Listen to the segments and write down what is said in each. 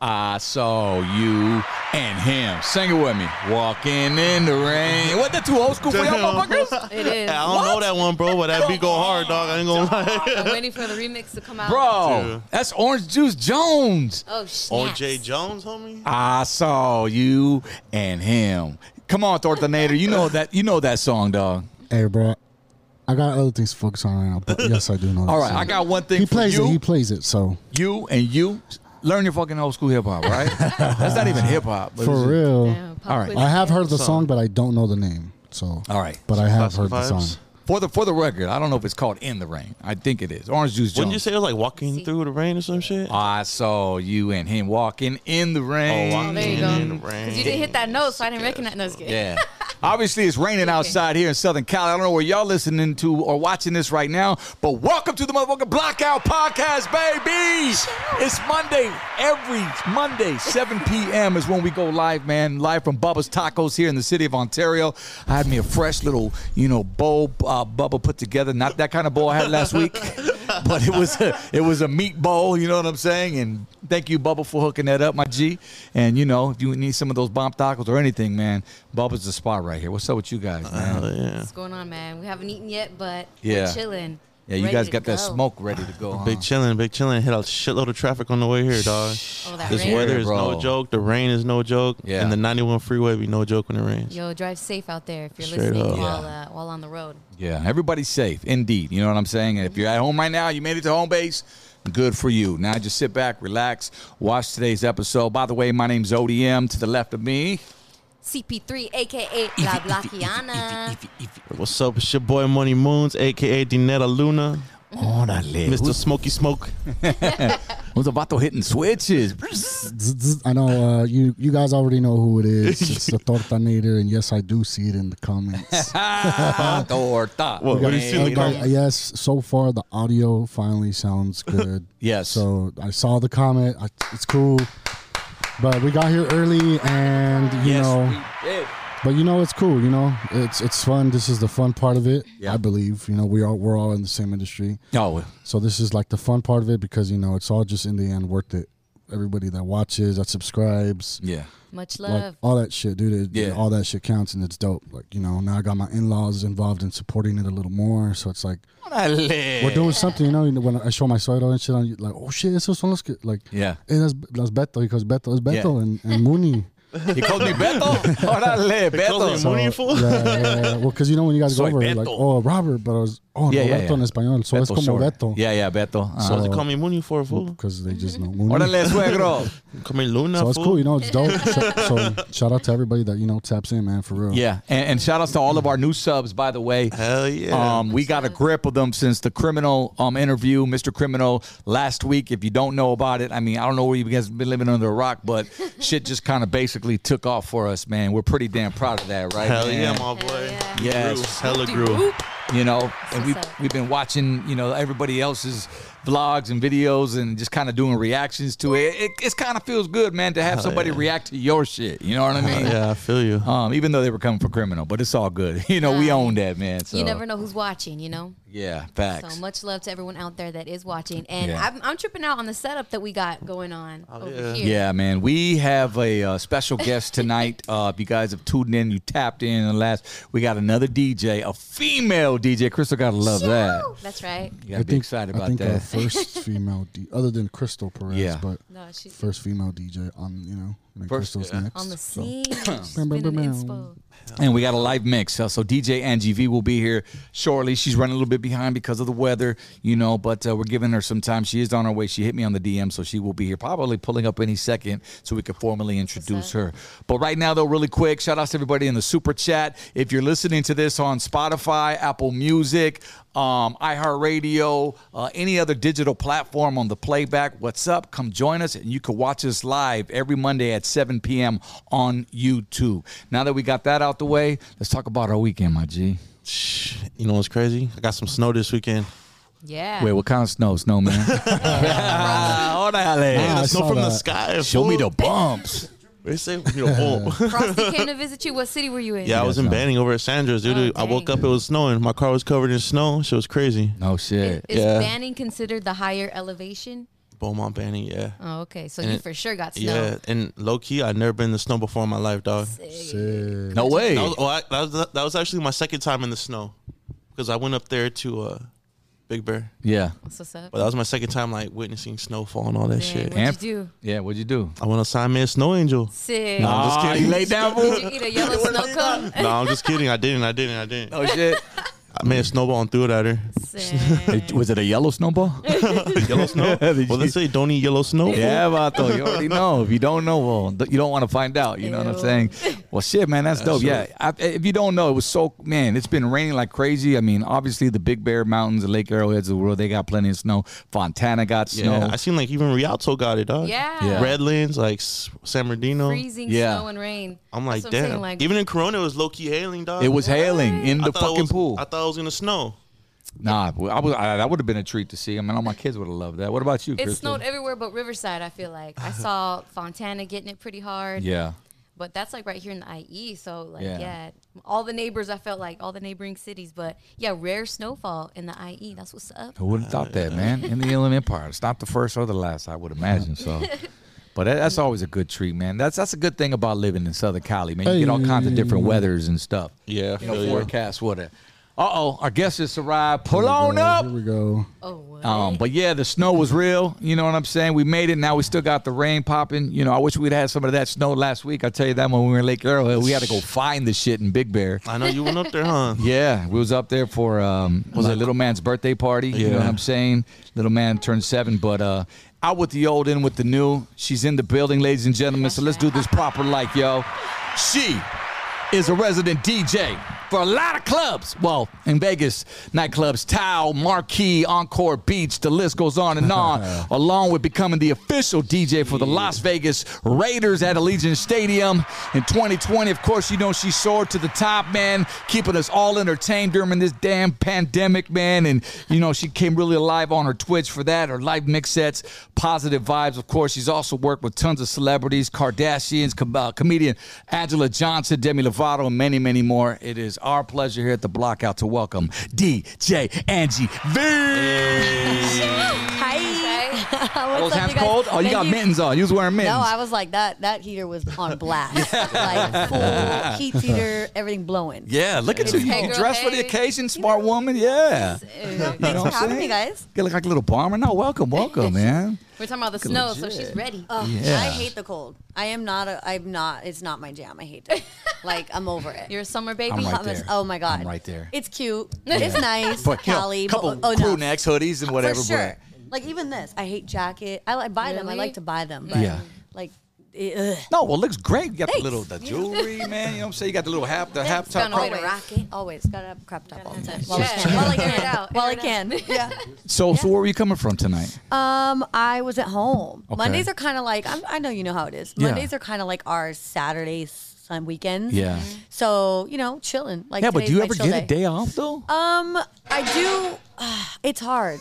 I saw you and him. Sing it with me. Walking in the rain. What the two old school for y'all Damn. motherfuckers? It is. I don't know that one, bro, but that beat go hard, dog. I ain't gonna lie. I'm waiting for the remix to come out. Bro, Dude. that's Orange Juice Jones. Oh, snap. On J. Jones, homie. I saw you and him. Come on, Thorntonator. You know that you know that song, dog. Hey, bro. I got other things to focus on right now, but yes, I do know. that All right, song. I got one thing He for plays you. it. He plays it. So you and you learn your fucking old school hip hop, right? That's not even hip hop. but it's- for real, Damn, pop All right. quiz. I have heard the Song. song, but I don't know the name. So All right. but I have heard the Classic vibes. song. For the for the record, I don't know if it's called In the Rain. I think it is. Orange Juice Jones. Wouldn't you say it was like walking through the rain or some shit? I saw you and him walking in the rain. Oh, wow. There And you go. in the Because you didn't hit that note, so I didn't recognize those. kids. Yeah. Obviously, it's raining outside here in Southern Cal. I don't know where y'all listening to or watching this right now, but welcome to the motherfucking Blockout Podcast, baby. It's Monday. Every Monday, 7 p.m. is when we go live, man. Live from Bubba's Tacos here in the city of Ontario. I had me a fresh little, you know, bowl uh, Bubba put together. Not that kind of bowl I had last week, but it was a, it was a meat bowl. You know what I'm saying? And thank you, Bubba, for hooking that up, my G. And you know, if you need some of those bomb tacos or anything, man, Bubba's the spot right here. What's up with you Uh, guys, man? Hell yeah. What's going on, man? We haven't eaten yet, but Yeah. we're chilling. yeah, you Ready guys to got that go. smoke ready to go. Big huh? chillin', big chillin'. Hit a shitload of traffic on the way here, dog. Oh, that This rain. weather is Bro. no joke. The rain is no joke. Yeah. And the 91 freeway be no joke when it rains. Yo, drive safe out there if you're Straight listening up. while, Yeah. uh, while on the road. Yeah, everybody's safe, indeed. You know what I'm saying? And if you're at home right now, you made it to home base. Good for you. Now just sit back, relax, watch today's episode. By the way, my name's ODM. To the left of me, CP3, aka La Blackiana. What's up? It's your boy Money Moons, aka Dinetta Luna. Mr. Smoky Smoke. Who's the vato hitting switches? Zzz, zzz. I know uh, you. You guys already know who it is. It's the Tortanator, and yes, I do see it in the comments. Ah, torta. What- what do you see in the Like, comments? I- yes, so far the audio finally sounds good. Yes. So I saw the comment. I, it's cool, but we got here early, and you Yes, know. we did. But you know, it's cool. You know, it's it's fun. This is the fun part of it. Yeah. I believe. You know, we are we're all in the same industry, No, so this is like the fun part of it because you know it's all just in the end worth it. Everybody that watches, that subscribes, yeah. Much like love. oh, all that shit, dude. It, Yeah. all that shit counts and it's dope. Like you know, now I got my in laws involved in supporting it a little more, so it's like we're doing something. You know, you know, when I show my soil and shit, on you like, oh shit, esos son los que like, Yeah. hey, that's that's Beto because Beto is Beto Yeah. and and Mooney. He called me Beto. Orale, calls Beto. him- So, Mooney, yeah, fool? yeah, yeah. Well, because you know when you guys go Soy over, like, Beto. oh, Robert, but I was, oh, Yeah, no, yeah, Beto yeah. en español, so es Beto como Short. Beto. Yeah, yeah, Beto. Uh-huh. So they call me Mooney for, fool. Because they just know Mooney. Orale, suegro. Call me Luna, so it's fool. cool, you know, it's dope. so, so shout out to everybody that, you know, taps in, man, for real. Yeah, and, and shout outs to all of our new subs, by the way. Hell yeah. Um, we got a grip of them since the criminal um, interview, Mr. Criminal, last week. If you don't know about it, I mean, I don't know where you guys have been living under a rock, but shit just kind of basically took off for us, man. We're pretty damn proud of that, right? Hell man? yeah, my boy. yeah. Yes. Grew. Hella grew. you know and we what's up. we've been watching you know everybody else's vlogs and videos and just kind of doing reactions to it it, it kind of feels good man to have somebody react to your shit you know what i mean Yeah, I feel you. um even though they were coming for criminal but it's all good you know we own that man so You never know who's watching, you know? yeah facts So much love to everyone out there that is watching. And Yeah. I'm, I'm tripping out on the setup that we got going on over Oh, yeah. here. Yeah, man. We have a uh, special guest tonight. uh, if you guys have tuned in, you tapped in, and last we got another DJ, a female DJ. Crystal gotta love that. Woo! That's right. You gotta be excited about I think uh, that. our first female, D, other than Crystal Perez, Yeah. but No, she- first female DJ on, you know, and First- Crystal's next. On the so. scene. She's Bam, bam, been bam, an bam. inspo. And we got a live mix. Uh, so DJ Angie V will be here shortly. She's running a little bit behind because of the weather, you know, but uh, we're giving her some time. She is on her way. She hit me on the DM, so she will be here probably pulling up any second so we can formally introduce her. But right now, though, really quick, shout outs to everybody in the super chat. If you're listening to this on Spotify, Apple Music, um, iHeartRadio, uh, any other digital platform on the playback. What's up? Come join us, and you can watch us live every Monday at 7 p.m. on YouTube. Now that we got that out the way, let's talk about our weekend, my G. Shh. You know what's crazy? I got some snow this weekend. Yeah. Wait, what kind of snow? Snowman? Hey, Órale. I the snow saw from the that. sky. Show me fool. the bumps. They say, you know, oh. Frosty came to visit you. What city were you in? yeah, I was in no. Banning over at Sandra's, dude. Oh, I woke dang. up, it was snowing. My car was covered in snow. Shit was crazy. No shit. Is Yeah. Banning considered the higher elevation? Beaumont Banning, yeah. Oh, okay. So And you it- for sure got snow. Yeah, and low key, I'd never been in the snow before in my life, dog. Shit. No way. That was, oh, I, that, was, that was actually my second time in the snow because I went up there to uh, Big Bear. yeah. That's what's up? But that was my second time like witnessing snowfall and all that Dang, shit. what'd Amp- you do? Yeah. What'd you do? I want to sign me a snow angel. Sick. Nah, I'm just Ah, kidding. you laid down, fool? Did you eat a yellow snow cone? no, I'm just kidding. I didn't. I didn't. I didn't. Oh shit. I made a snowball and threw it at her. Sick. Was it a yellow snowball? yellow snow. Did Well, you- they say don't eat yellow snow. Yeah, Vato, you already know. If you don't know, well, th- you don't want to find out. You know what I'm Ew. saying? Well, shit, man, that's dope. Yeah, I, if you don't know, it was so man. It's been raining like crazy. I mean, obviously the Big Bear Mountains, the Lake Arrowheads of the world, they got plenty of snow. Fontana got Yeah, snow. I seen like even Rialto got it, dog. Yeah. Yeah. Redlands, like S- San Bernardino. Freezing Yeah. snow and rain. I'm like, That's what damn. saying, like, even in Corona, it was low key hailing, dog. it was hailing in I the thought it fucking was- pool. I thought it was gonna snow. nah, well, I was. I, that would have been a treat to see. I mean, all my kids would have loved that. What about you? it Crystal? snowed everywhere but Riverside, I feel like. I saw Fontana getting it pretty hard. Yeah. But that's like right here in the IE. So, like, Yeah. yeah. All the neighbors, I felt like all the neighboring cities. But yeah, rare snowfall in the IE. That's what's up. Who would have thought that, man? In the Inland Empire, it's not the first or the last, I would imagine. So, but that, that's always a good treat, man. That's that's a good thing about living in Southern Cali, man. You get all kinds of different weathers and stuff. Yeah, I you know, feel you. forecast what. Uh oh, our guest just arrived. Pull Here we on go, up. Here we go. Oh, what? Um, but yeah, the snow was real. You know what I'm saying? We made it. Now we still got the rain popping. You know, I wish we'd had some of that snow last week. I tell you that when we were in Lake Arrowhead, we had to go find the shit in Big Bear. I know you went up there, huh? Yeah, we was up there for um was a little man's birthday party. You know what Yeah. I'm saying? Little man turned seven, but uh out with the old, in with the new. She's in the building, ladies and gentlemen. So let's do this proper like, yo. She is a resident DJ for a lot of clubs. Well, in Vegas, nightclubs, Tao, Marquee, Encore Beach, the list goes on and on, along with becoming the official DJ for the Las Vegas Raiders at Allegiant Stadium. In 2020, of course, you know she soared to the top, man, keeping us all entertained during this damn pandemic, man. And, you know, she came really alive on her Twitch for that, her live mix sets, positive vibes, of course. She's also worked with tons of celebrities, Kardashians, com- uh, comedian Angela Johnson, Demi Lovato, and many, many more. It is our pleasure here at the Blockout to welcome DJ Angie V. Hi. What's Those up, hands you guys? cold? Oh, you Thank got mittens on. You was wearing mittens. No, I was like that. That heater was on blast, like full heat heater, everything blowing. yeah, look at you. Hey, You girl, dressed for the hey. occasion, smart woman. Yeah. Thanks You know for what I'm having saying? me, guys. You look like a little bomber. No, welcome, welcome, man. We're talking about the snow, so she's ready. Oh, Yeah. I hate the cold. I am not. A, I'm not. It's not my jam. I hate it. Like I'm over it. Uh, You're a summer baby. I'm right I'm a- there. oh my god. I'm right there. It's cute. It's nice. But, you know, Cali. couple but, oh, no. crew necks, hoodies, and whatever. For sure. But Like even this, I hate jacket. I, I buy them. I Really? like to buy them. But Yeah. Like. eh, ugh. No, well, it looks great. You got the Thanks. little the jewelry, man. You know what I'm saying? You got the little half the half Found a top. way to Always. rock it. Always gotta have crept up all the time. While I Yeah, can. while I can. out. While air I it out. can. Yeah. So, so where were you coming from tonight? Um, I was at home. Okay. Mondays are kind of like I'm, I know you know how it is. Yeah. Mondays are kind of like our Saturdays, some weekends. Yeah. Mhm. So you know, chilling. Like yeah, but today's do you my ever chill get a day off though? Um, I do. it's hard.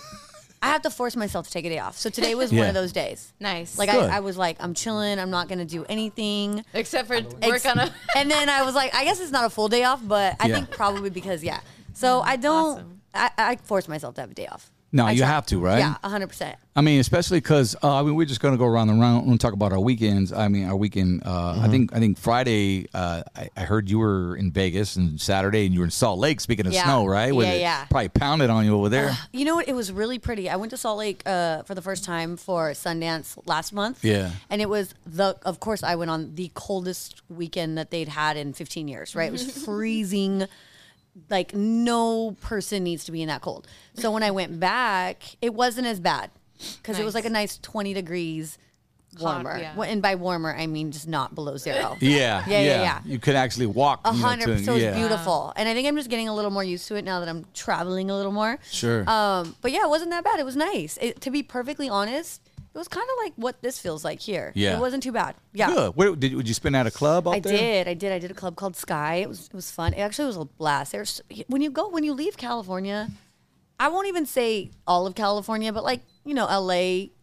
I have to force myself to take a day off. So today was one Yeah. of those days. Nice. Like Good. I, I was like, I'm chilling. I'm not gonna do anything. Except for Ex- work on a. and then I was like, I guess it's not a full day off, but I Yeah. think probably because yeah. So I don't. Awesome. I, I force myself to have a day off. No, I you have to, right? Yeah, hundred percent. I mean, especially because uh, I mean, we're just gonna go around the round and talk about our weekends. I mean, our weekend. Uh, I think I think Friday. Uh, I, I heard you were in Vegas and Saturday, and you were in Salt Lake. Speaking of Yeah. snow, right? Yeah, it yeah. Uh, Probably pounded on you over there. You know what? It was really pretty. I went to Salt Lake uh, for the first time for Sundance last month. Yeah. And it was the, of course, I went on the coldest weekend that they'd had in 15 years, right? It was freezing. Like, no person needs to be in that cold. So when I went back, it wasn't as bad because it was Nice. like a nice 20 degrees Hot, warmer. yeah. Wh- And by warmer, I mean just not below zero. yeah, Yeah, yeah, yeah. You could actually walk. A you know, hundred to- percent. It was yeah. beautiful, and I think I'm just getting a little more used to it now that I'm traveling a little more. Sure. Um, but yeah, it wasn't that bad. It was nice. It, to be perfectly honest, it was kind of like what this feels like here. Yeah. It wasn't too bad. Yeah. Good. Where, did, would you spin at a club? Out I there? did. I did. I did a club called Sky. It was it was fun. It actually was a blast. There's when you go when you leave California, I won't even say all of California, but like you know L.A.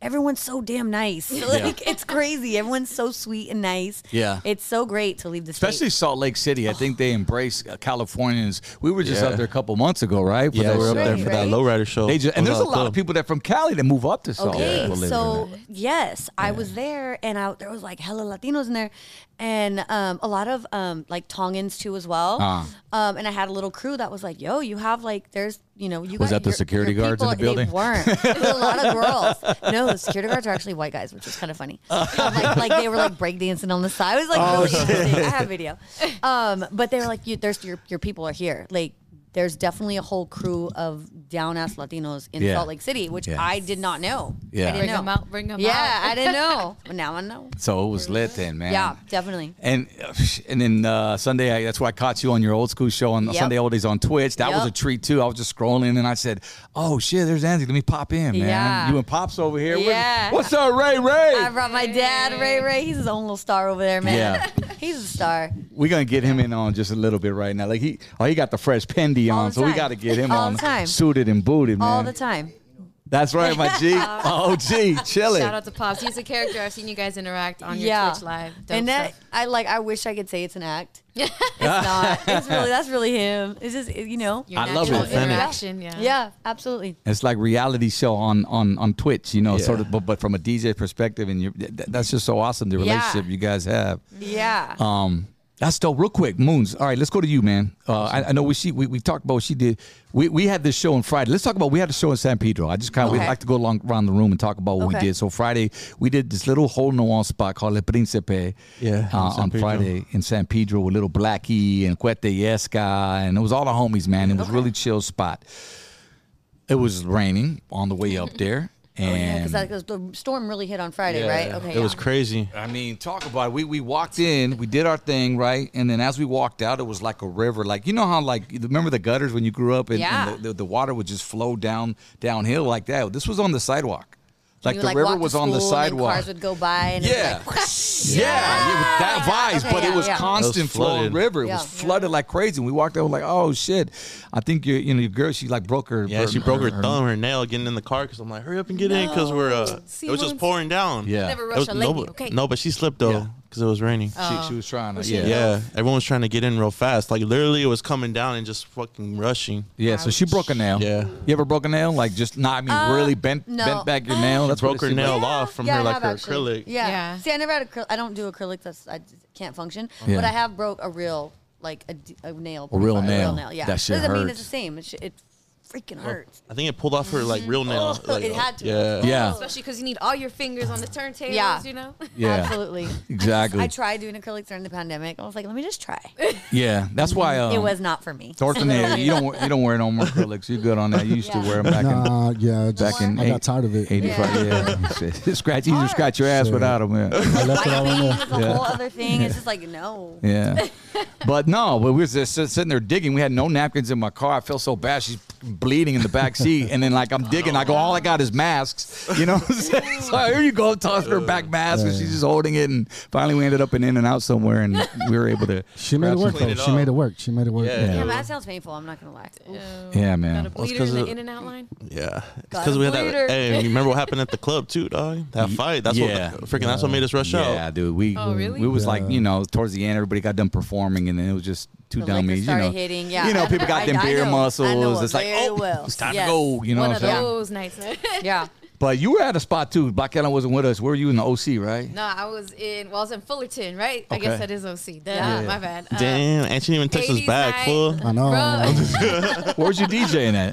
everyone's so damn nice. Like it's crazy. Everyone's so sweet and nice. Yeah. It's so great to leave the state. Especially Salt Lake City, I think they embrace uh, Californians. We were just Yeah. up there a couple months ago, right? Yeah, they we were up there Right, for that right. lowrider show. They just, and It was there's a all lot dope. of people that from Cali that move up to Salt Okay, Lake. to live so there. yes, I was there, and I, there was like hella Latinos in there, and um, a lot of um, like Tongans too as well. Ah. Um, and I had a little crew that was like, "Yo, you have like, there's you know, you Was got that the security guards in the They building? weren't. There was a lot of girls. No, the security guards are actually white guys, which is kind of funny. like, like they were like breakdancing on the side. It was like Oh, really interesting. I have video. Um, but they were like, you, "There's your your people are here." Like. There's definitely a whole crew of down ass Latinos in Yeah. Salt Lake City, which Yeah. I did not know. Yeah. I didn't Bring know. 'em out, bring 'em Yeah, out. I didn't know. But now I know. So it was lit then, man. Yeah, definitely. And and then uh, Sunday, I, that's where I caught you on your old school show on Yep. Sunday Oldies on Twitch. That was Yep. a treat too. I was just scrolling and I said, "Oh shit, there's Andy. Let me pop in, man. Yeah. You and Pops over here. What- Yeah. Uh, What's up, Ray? Ray? I brought my dad, Ray Ray. He's his own little star over there, man. Yeah. He's a star. We're gonna get him in on just a little bit right now. Like he, oh, he got the fresh pendy All on, the so we time. got to get him All on the time. suited and booted, man. All the time. That's right, my G. oh, G, chilling. Shout out to Pops. He's a character. I've seen you guys interact on your yeah. Twitch live. Dope and that stuff. I like I wish I could say it's an act. it's not. It's really that's really him. It's just you know. Your I love natural it. Authentic. Interaction, yeah. Yeah, absolutely. It's like reality show on on on Twitch, you know, Yeah. sort of, but, but from a DJ perspective, and you th- that's just so awesome the Yeah. relationship you guys have. Yeah. Um, that's dope. Real quick, Moons. All right, let's go to you, man. Uh, I, I know we she we, we talked about what she did. We we had this show on Friday. Let's talk about we had a show in San Pedro. I just kind of Okay. like to go along around the room and talk about what we Okay. did. So Friday we did this little hole in the wall spot called Le Principe. Yeah, uh, in San on Pedro. Friday in San Pedro with little Blackie and Cuete Yesca, and it was all the homies, man. It was really chill spot. It was raining on the way up there, Oh, and Because the storm really hit on Friday, Yeah. right? Okay. It was crazy. I mean, talk about it. We we walked in, we did our thing, right? And then as we walked out, it was like a river. Like you know how like remember the gutters when you grew up and, and Yeah. the, the, the water would just flow down downhill like that. This was on the sidewalk. Like You the would, river walk to was on the school and then sidewalk. Cars would go by and Yeah. it was Yeah, like, yeah, with that vibes, Okay, but it yeah, was yeah. It was constant flowing flooded. river. It Yeah. was flooded like crazy. And we walked out, we're like, oh shit. I think your you know your girl, she like broke her. Yeah, she broke her thumb, her nail getting in the car because I'm like, hurry up and get in because we're, uh, See, it was Moons. just pouring down. Yeah. Never It rush was- a no, lady, but- okay? Oh, no, but she slipped though Yeah. because it was raining. She, she was trying to, Oh. yeah. Yeah, everyone was trying to get in real fast. Like literally, it was coming down and just fucking rushing. Yeah, so she broke a nail. Yeah. You ever broke a nail? Like just not I mean really bent Uh, no. bent back your nail. That's what broke it her seemed nail like. off from Yeah, her I like have her actually. acrylic. Yeah. Yeah. See, I never had acrylic. I don't do acrylic. That's I just can't function. Yeah. But I have broke a real like a, d- a nail. A real A nail. real nail. Yeah. That shit Doesn't mean it's hurts. the same. It, sh- it freaking hurts. I think it pulled off her like real nail. Oh, like, it had to. Yeah. Yeah. Especially because you need all your fingers on the turntables, Yeah. you know? Yeah. Absolutely. Exactly. I tried doing acrylics during the pandemic. I was like, let me just try. Yeah, that's why um, it was not for me. Thornton. yeah, you don't you don't wear no more acrylics. You're good on that. You used to Yeah. wear them back in Nah, yeah, just, back in I eight- got tired of it. 85. Yeah, Shit. scratch you hard. scratch your ass Shit. without them. Yeah. I left it all in Biting there. is a whole other thing. It's just like no. Yeah. But no, but we was just sit- sitting there digging. We had no napkins in my car. I felt so bad. She's bleeding in the back seat. And then, like, I'm digging. I go, all I got is masks. You know what I'm saying? So here you go, tossing her back mask. And she's just holding it. And finally, we ended up in In and Out somewhere. And we were able to. She made grab it work, some- Clean though. it She up. made it work. She made it work. Yeah. Yeah, but that sounds painful. I'm not gonna lie. Yeah, Got a man. bleeder in the of- in and out line. Yeah, Got because a we had that. bleeder. Hey, you remember what happened at the club too, dog? That fight. That's yeah. what freaking. That's what made us rush Yeah, out. dude. We Oh, really? we was like, Yeah. you know, towards the end, everybody got done performing, and then it was just two The dummies. liquor You started know, hitting, yeah. you know, people got I- them I beer know. I know muscles. it It's like, very oh, well. it's time Yes. to go. You know, One what of I'm saying? those nights. Yeah. But you were at a spot too. Black Ellen wasn't with us. Where were you in the OC, right? no, I was in, well, I was in Fullerton, right? I Okay. guess that is OC. Duh, Yeah. My bad. Uh, Damn, and she didn't even touch us 80s back. night. Fool. I know. Bro. Where was you DJing at?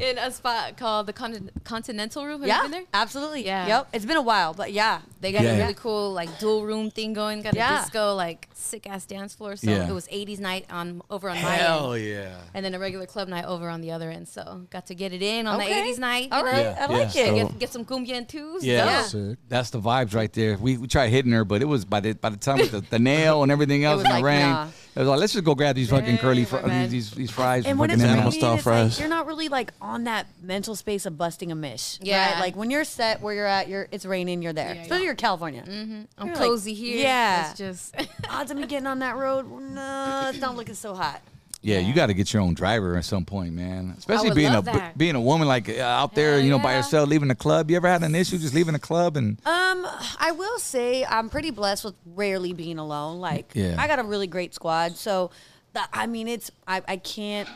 in a spot called the Con- Continental Room. Have you Yeah. been there? Absolutely. Yeah. Yep. It's been a while, but yeah. They got Yeah. a really cool like dual room thing going. Got Yeah. a disco like sick ass dance floor. So Yeah. it was 80s night on over on my end, yeah. and then a regular club night over on the other end. So got to get it in on Okay. the 80s night. All you know? right. Yeah. I like Yeah. it. Get, get some cumbia and twos. Yeah. Dope. Sick. That's the vibes right there. We, we tried hitting her, but it was by the by the time with the, the nail and everything else was and the like, rain, nah. it was like let's just go grab these fucking curly Yeah, fr- we're good. these, these these fries. And when fucking it's animal animal raining, style it's fries. like you're not really like on that mental space of busting a mish. Yeah. Yeah. Right? Like when you're set where you're at, you're it's raining, you're there. Yeah, Especially yeah. you're California. I'm You're like, cozy here. yeah. It's just Odds of me getting on that road, no, it's not looking so hot. Yeah, you got to get your own driver at some point, man. Especially would being a love that. being a woman like uh, out there, Hell you know, by yeah. yourself, leaving the club. You ever had an issue just leaving the club and Um, I will say I'm pretty blessed with rarely being alone. Like, Yeah. I got a really great squad. So, the, I mean, it's I, I can't.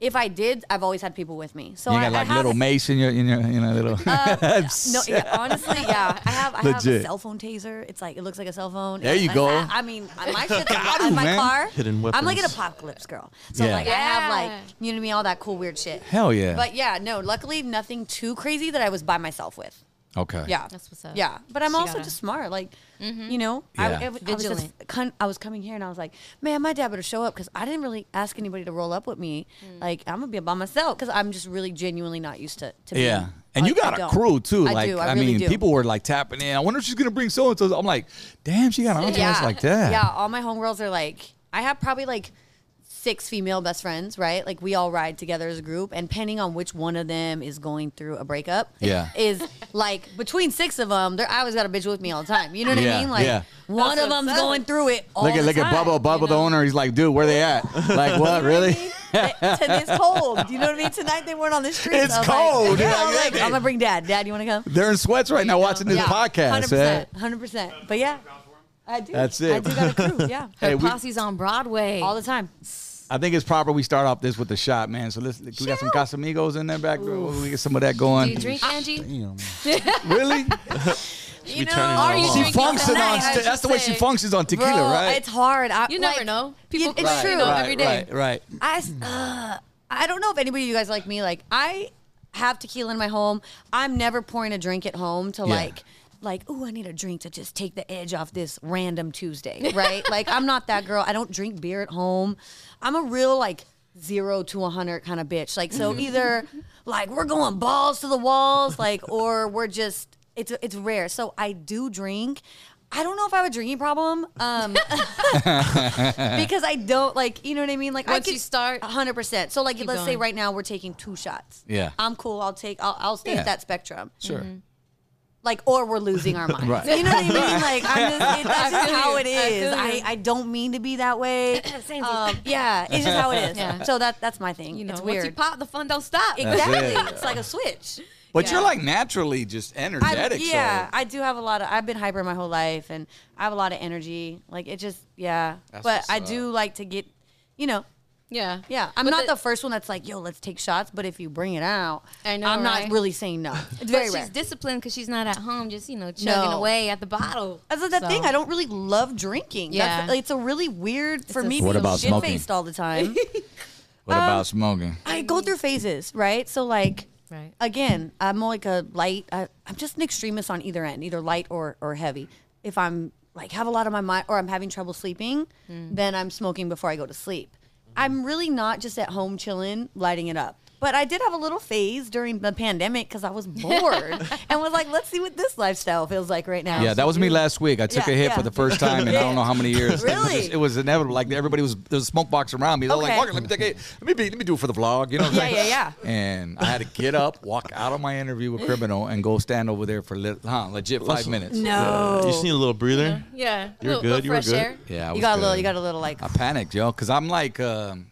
If I did, I've always had people with me. So you Oh, I, got I like have- little Mace in your in your you know little. No, yeah, honestly, yeah. I have I have Legit. a cell phone taser. It's like it looks like a cell phone. There you I, go. I, mean, my shit's Got in you, my man. car. Hidden I'm like an weapons. apocalypse girl. So Yeah. like I have Yeah. like you know what I mean, all that cool weird shit. Hell yeah. But yeah, no. Luckily, nothing too crazy that I was by myself with. okay. Yeah, That's what's up. Yeah, but I'm She also gotta- Mm-hmm. just smart. Like, you know, I- Yeah. I, was- I was just Vigilant. con- I was coming here and I was like, man, my dad better show up because I didn't really ask anybody to roll up with me. Mm. Like, I'm gonna be by myself because I'm just really genuinely not used to. to Yeah. being- And I- you I got a don't. crew too. I like do. I, I, really mean, do. people were like tapping in. I wonder if she's gonna bring so and so. I'm like, damn, she got an entourage yeah. like that. Yeah, all my homegirls are like, I have probably like six female best friends, right? Like we all ride together as a group, and depending on which one of them is going through a breakup, Yeah. is like between six of them, they're I always got a bitch with me all the time. You know what Yeah, I mean? Like yeah. one That's of what's them's up. going through it all Look at the look at time, Bubba. Bubba, you the know? owner. He's like, dude, where they at? Like, what? really? It's cold. You know what I mean? Tonight they weren't on the street. It's so I'm cold. Like, You're yeah, like, I'm like, yeah, I'm gonna bring dad. Dad, you want to come? They're in sweats right now watching this Yeah, podcast. eh? 100%, 100%. But yeah, I do. That's I it. do got a crew. Yeah, Her Hey, we- posse's on Broadway. all the time. I think it's proper we start off this with a shot, man. So let's we got some Casamigos in there back. We get some of that going. Do you drink, Angie? Damn. Really? You be turning it you on. She drinking functions tonight? on. I That's the should way she say. functions on tequila, Bro, right? It's hard. I, You never like, know. you- People it's cry, you true. know, right, every day. Right, right. I, s- uh, I don't know if anybody of you guys like me. Like I have tequila in my home. I'm never pouring a drink at home to Yeah. like. Like, ooh, I need a drink to just take the edge off this random Tuesday, right? like, I'm not that girl. I don't drink beer at home. I'm a real, like, zero to a 100 kind of bitch. Like, so Mm-hmm. either, like, we're going balls to the walls, like, or we're just, it's, it's rare. So I do drink. I don't know if I have a drinking problem. Um, Eh. because I don't like you know what I mean. Like I Once could you start, hundred percent. So like keep let's say going. right now we're taking two shots. Yeah. I'm cool. I'll take. I'll, I'll stay Yeah. at that spectrum. Sure. Like or we're losing our minds. Right. You know what I mean? Like I'm just, it, that's just feel how you. it I is. feel I, you. I, don't mean to be that way. Same Um, yeah, it's just how it is. Yeah. So that that's my thing. Uh, You know, it's once you weird. pop, the fun don't stop. exactly. it. It's like a switch. But you're Yeah. like naturally just I'm- energetic. so- yeah, I do have a lot of. I've been hyper my whole life, and I have a lot of energy. Like it just, yeah. That's but what's I up. do like to get, you know, Yeah. Yeah, I'm But not the, first one that's like, yo, let's take shots. But if you bring it out, I know, I'm right? not really saying no. It's But very she's rare. disciplined because she's not at home, just you know, chugging No. away at the bottle. That's the So- thing. I don't really love drinking. Yeah. That's, like, it's a really weird for a me What being about shit faced smoking? all the time. What about smoking? I go through phases, right? So like, Right. again, I'm like a light. I, I'm just an extremist on either end, either light or or heavy. If I'm like have a lot on my mind or I'm having trouble sleeping, then I'm smoking before I go to sleep. I'm really not just at home chilling, lighting it up. But I did have a little phase during the pandemic because I was bored and was like, let's see what this lifestyle feels like right now. Yeah, that was me last week. I took Yeah, a hit yeah. for the first time in I don't know how many years. It was, Really? just- it was inevitable. Like everybody was there was a smoke box around me. They were like, Okay. "Walker, let me take it. Let me be, let me do it for the vlog." You know what I'm Yeah, saying? yeah, yeah. And I had to get up, walk out of my interview with Criminal, and go stand over there for lit, huh, legit five minutes. No. You just need a little breather. You Yeah. were Little- little good, you were fresh good. air. Yeah, I you was got a little, good. you got a little like, I panicked, yo, because I'm like, um,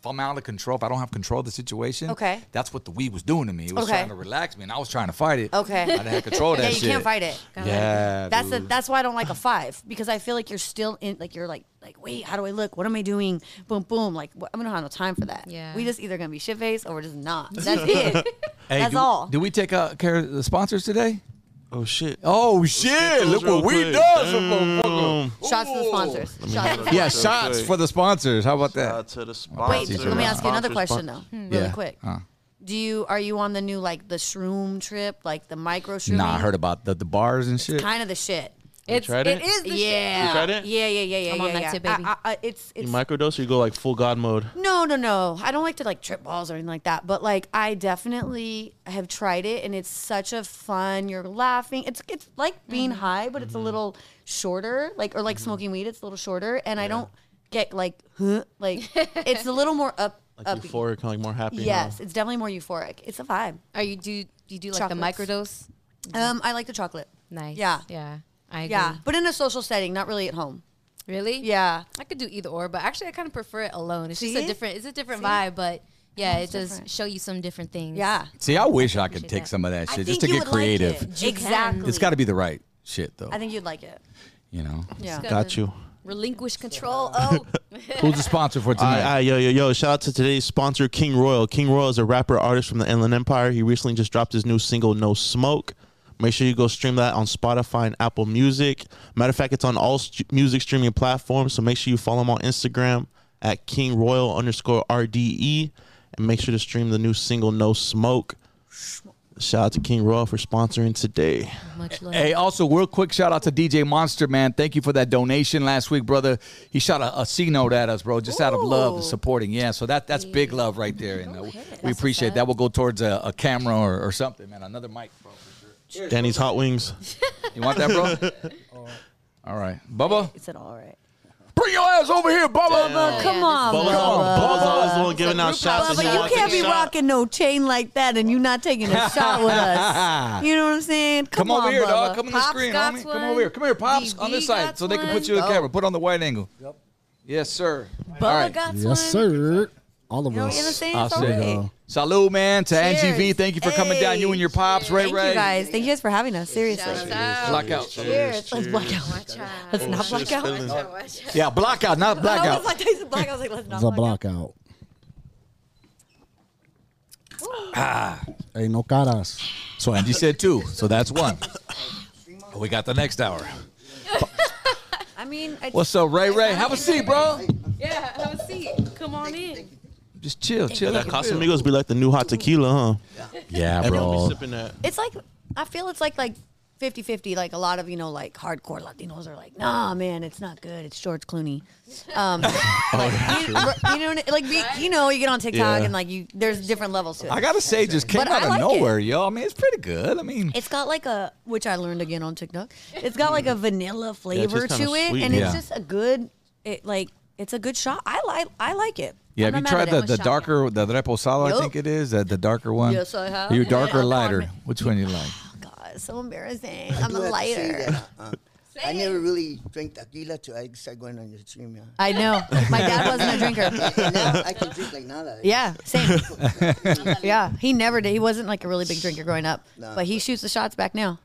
if I'm out of control, if I don't have control of the situation, Okay. that's what the weed was doing to me. It was Okay. trying to relax me, and I was trying to fight it. Okay. I didn't have control of that yeah, you shit. can't fight it. Yeah, That's the, Mm. dude. that's why I don't like a five because I feel like you're still in like you're like like wait how do I look what am I doing boom boom like wh- I'm gonna have no time for that Yeah. we just either gonna be shit faced or we're just not that's it Hey, that's do, all Do we take uh, care of the sponsors today? Oh shit. Oh shit! those Look what real we quick. done, some Damn. motherfucker. shots to the Ooh. sponsors shots to the Yeah, sponsors. shots quick. for the sponsors. How about that? Uh, to the wait sponsor. let me ask you another Sponsor, question sponsor. though Hmm. really Yeah. quick Uh. do you are you on the new like the shroom trip like the micro shroom Nah, I heard about the, the bars and shit. kind of the shit It's tried it it? is the yeah You tried it? yeah yeah yeah yeah I'm yeah, on that yeah. tip, baby. I, I, I, it's You it's microdose or you go like full god mode? No, no, no. I don't like to like trip balls or anything like that. But like, I definitely have tried it, and it's such a fun. You're laughing. It's it's like being high, but it's a little shorter. Like or like smoking weed, it's a little shorter, and I don't get like huh, like it's a little more up Like up. euphoric, kind of like more happy. you know? Yes, it's definitely more euphoric. It's a vibe. Are you do you do like the microdose? Chocolates. Um, I like the chocolate. Nice. Yeah. Yeah. I agree. Yeah, but in a social setting, not really at home. Really? Yeah. I could do either or, but actually, I kind of prefer it alone. It's just See? a different. It's a different See? vibe, but yeah, it does different. show you some different things. Yeah. See, I wish I could Appreciate take that. some of that I shit just think to you get would like it. creative. You exactly. can. It's got to be the right shit, though. I think you'd like it. you know. Yeah. Good. Got you. Relinquish control. Oh, Who's the sponsor for All tonight? right, all right, yo, yo, yo. Shout out to today's sponsor, King Royal. King Royal is a rapper artist from the Inland Empire. He recently just dropped his new single, No Smoke. Make sure you go stream that on Spotify and Apple Music. Matter of fact, it's on all st- music streaming platforms. So make sure you follow him on Instagram at King Royal underscore RDE. And make sure to stream the new single, No Smoke. Shout out to King Royal for sponsoring today. much love. Hey, also, real quick shout out to DJ Monster, man. Thank you for that donation last week, brother. He shot a, a C note at us, bro, just out of love and Ooh. supporting. Yeah, so that that's big love right there. And uh, we what's appreciate up. that. We'll go towards a, a camera or, or something, man. Another mic, bro. Danny's Hot Wings. You want that, bro? All right. Bubba, It's at all right. bring your ass over here, Bubba. man. Come on, Bubba's, Bubba. always- Bubba's always the one It's a giving out group shots. effort. and he Bubba, Bubba, you wants to can't be shout. rocking no chain like that and you not taking a shot with us. You know what I'm saying? Come, Come over on, here, Bubba. dog. Come on the Pops screen, got homie. one. Come over here. Come here, Pops, on this DB side got so they can one. put you in the Go. camera. Put on the wide angle. Yep. Yes, sir. All right. got Yes, sir. All of You know what I'm us. saying? I'll It's say it. all right. Salud, man, to Cheers. NGV. Thank you for coming down. You and your pops, Ray Thank Ray. you guys. Thank you guys for having us. Seriously. Shout out. Blackout. Cheers. Let's black out. Watch out. Let's not black out. Feeling- Watch out. Yeah, blackout, not I was blackout. like, Tyson Black. I was like, let's not It's a black out. block out. Ah. Hey, no caras. So Angie said two, so that's one. We got the next hour. I mean, I What's up, Ray Ray? Have a seat, bro. Yeah, have a seat. Come on in. Just chill, chill. That Casamigos be like the new hot tequila, huh? Yeah, Everyone be bro. sipping that. it's like I feel it's like like 50-50 like a lot of you know like hardcore Latinos are like nah man it's not good it's George Clooney um like, you, you know what I- like be, you know you get on TikTok Oh, Yeah. and like you there's different levels to it I gotta say, it just came But I out of like it. nowhere, yo. I mean, it's pretty good. I mean, it's got like a which I learned again on TikTok it's got like a Mm. vanilla flavor kinda to it sweet. and Yeah. it's just a good it like it's a good shot I like I like it yeah. I'm Have you not mad tried at the, it. Oh the shot, darker, the reposado? I Yup. think it is uh, the darker one. Yes, I have. Are you darker or I'm lighter? on it. Which one you like? oh god it's so embarrassing I'm do a have to say lighter that, uh, I never really drank tequila till I started going on your stream. Yeah. I know my dad wasn't a drinker And now I can drink like nada. Yeah, same. yeah, he never did. He wasn't like a really big drinker growing up, No. but he shoots the shots back now.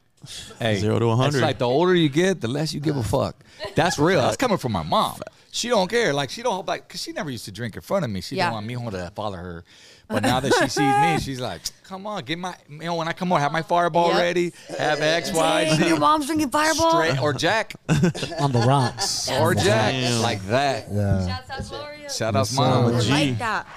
Hey, Zero to It's 100. like the older you get, the less you give a fuck. That's real. That's coming from my mom. She don't care. Like she don't like because she never used to drink in front of me. She Yeah. didn't want me to follow her. But now that she sees me, she's like, "Come on, get my you know when I come on, have my fireball Yep. ready, have X Y Dang, your Z mom's drinking Fireball. straight or Jack On the rocks. or Jack Damn. like that." Yeah. Shouts out Gloria. Shout out Yes, mom. I sir. Gee. like that.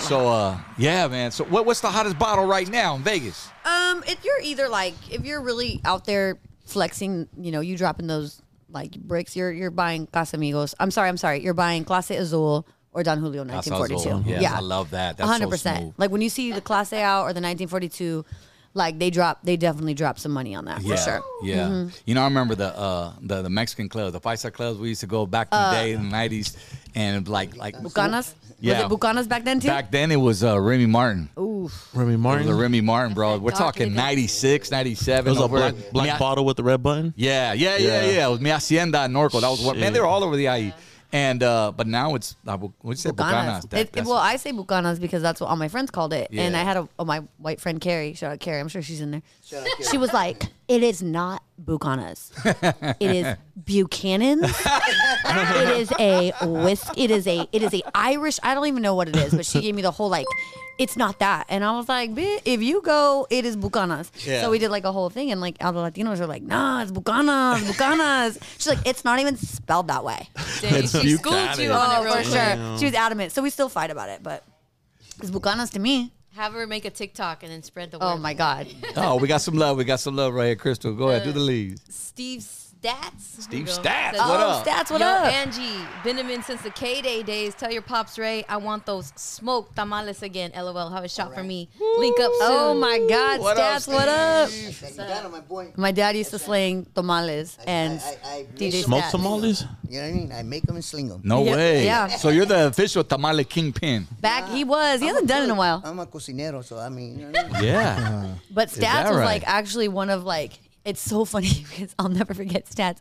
So uh, yeah, man. So what, what's the hottest bottle right now in Vegas? Um, if you're either like, if you're really out there flexing, you know, you dropping those like bricks, you're you're buying Casamigos. I'm sorry, I'm sorry, you're buying Clase Azul or Don Julio That's how it's all. 1942. Yes, yeah, I love that. That's hundred 100%. so percent. smooth. Like when you see the Clase Out or the 1942, like they drop, they definitely drop some money on that Yeah, for sure. Mm-hmm. yeah. You know, I remember the uh, the the Mexican clubs, the paisa clubs we used to go back in the day in the nineties, and like like Uh, Bucanas, Yeah. was it Bucanas back then too? Back then it was uh, Remy Martin. It Remy was Martin. a Remy Martin, bro. that We're dark talking living. 96, 97. It was a over- black, black Mi- bottle with the red button. Yeah, yeah, yeah, Yeah. yeah. It was Mi Hacienda and Norco. That was what man. They were all over the IE, and uh, but now it's uh, we say Bucanas. That- It- it- that's- well, I say Bucanas because that's what all my friends called it. And Yeah. I had a, oh, my white friend Carrie. Shout out Carrie. I'm sure she's in there. Shout out Carrie. She was like, "It is not Bucanas. it is Buchanan's. it is a whisk. It is a it is a Irish. I don't even know what it is, but she gave me the whole like." It's not that, and I was like, "Bitch, if you go, it is Bucanas." Yeah. So we did like a whole thing, and like all the Latinos are like, "Nah, it's Bucanas, Bucanas." She's like, "It's not even spelled that way." Dang, she schooled you Oh, on it for real sure. quick. She was adamant. So we still fight about it, but it's Bucanas to me. Have her make a TikTok and then spread the word. Oh my God. oh, we got some love. We got some love right here, Crystal. Go ahead, do the leads. Steve Stats. Steve Here we go. Stats, Says, what oh, up? stats, what Yo, up? Angie, been him in since the K Day days. Tell your pops, Ray, I want those smoked tamales again. LOL, have a shot for me. Link up soon. oh my God, What up, stats, what up? Like, you got on my boy. My dad used to slaying tamales and I- I- I DJ really- Smoke Stats. tamales. You know what I mean? I make them and sling them. No Yeah, way. yeah. So you're the official tamale kingpin. Back he was. He hasn't done it in a while. I'm a cocinero, so I mean, you know what I mean? Yeah. But stats that was right? like actually one of like it's so funny because I'll never forget stats.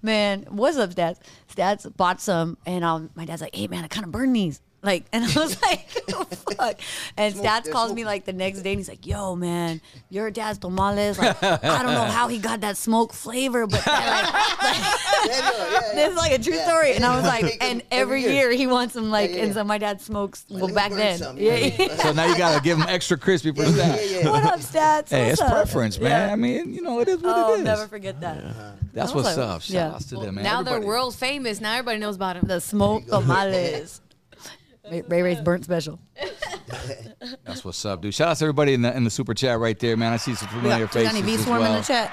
Man, what's up, stats? Stats bought some, and um, my dad's like, "Hey, man, I kind of burned these." Like, and I was like, oh, "Fuck!" And Smoke, stats yeah, calls smoke. me like the next day, and he's like, "Yo, man, your dad's tamales. Like, I don't know how he got that smoke flavor, but that, like, like, Yeah, no, yeah, this yeah. is like a true Yeah. story." And I was Make like, 'em "And every year he wants them, like." yeah, And yeah. so my dad smokes. Let Well, me back burn then, some, yeah. yeah. So now you gotta give them extra crispy for yeah, that. yeah, yeah. what up, stats? Hey, it's What's up? preference, man. Yeah. I mean, you know, it is what Oh, it I'll is. never forget that. That's I was what's like, up. Shout yeah. outs to them, man. now Everybody- they're world famous. Now everybody knows about him. The smoke tamales. Ray Ray Ray's burnt special. That's what's up, dude. Shout out to everybody in the in the super chat right there, man. I see some We familiar got faces Johnny V as Swarm well. in the chat.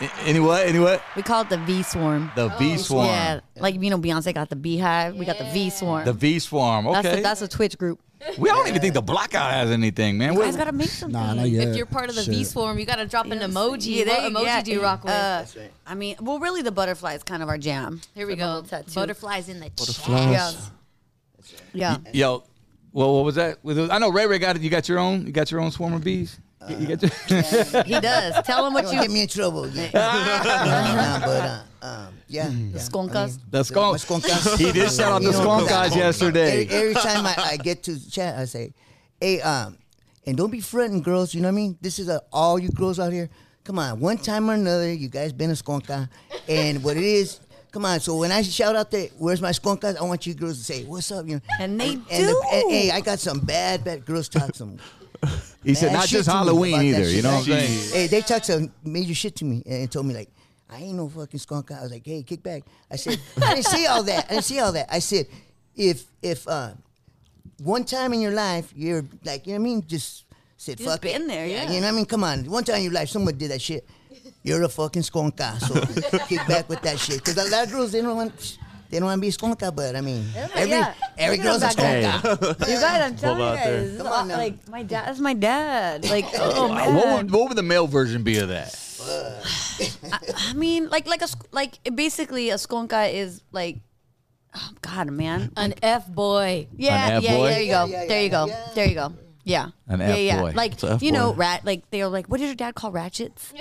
A- Any what? Any what? We call it the V Swarm. The V Swarm. Oh, Yeah, like you know, Beyonce got the Beehive. We got the V Swarm. The V Swarm. that's Okay. a, that's a Twitch group. we don't even think the blackout has anything, man. You We're- guys gotta make something. Nah, not yet. If you're part of the Shit. V Swarm, you gotta drop an Yes. emoji. Yeah, there what you- emoji yeah, do you rock with? uh, That's right. I mean, well, really, the butterfly is kind of our jam. Here we For the go. little tattoo. Butterflies in the Butterflies. chat. Yeah. Yeah. Yo, well, what was that? Was it- I know Ray Ray got it. You got your own. You got your own swarm of bees. Uh, You- you got your- he does. Tell him what Don't get you. me in trouble. Yeah. Uh-huh. Nah, but uh, um, yeah, yeah. Skunkas. The skunk. skunkas. He did shout out You the know, skunk guys yesterday. Every, every time I, I get to chat, I say, "Hey, um, and don't be fronting, girls. You know what I mean? This is a, all you girls out here. Come on, one time or another, you guys been a skunka, and what it is." Come on, so when I shout out that where's my skunkas, I want you girls to say what's up, you know. And they and the- do. and, hey, I got some bad, bad girls talk some. He said bad not shit just to me Halloween about that either. shit. You know what I'm Like, saying? Hey, they talked some major shit to me and told me like, I ain't no fucking skunk. I was like, hey, kick back. I said, I didn't see all that. I didn't see all that. I said, if if uh, one time in your life you're like, you know what I mean, just said Just fuck been it. there, yeah. You know what I mean? Come on, one time in your life someone did that shit. You're a fucking skunka, so kick back with that shit. Because a lot of girls they don't want. They don't want to be skunka, but I mean, every yeah. every Look at girl's a them back skunka. You guys, I'm telling you out there. guys, this is Come on aw- now. like my dad. That's my dad. Like, oh man. What would, what would the male version be of that? I mean, like like a sk- like basically a skonka is like, oh god, man. An F boy. Yeah, An yeah, F-boy? there you go, Yeah, yeah, there you go, yeah. there you go. Yeah, An yeah, yeah. F-boy. Like a F-boy. you know, rat. Like they're like, what did your dad call ratchets?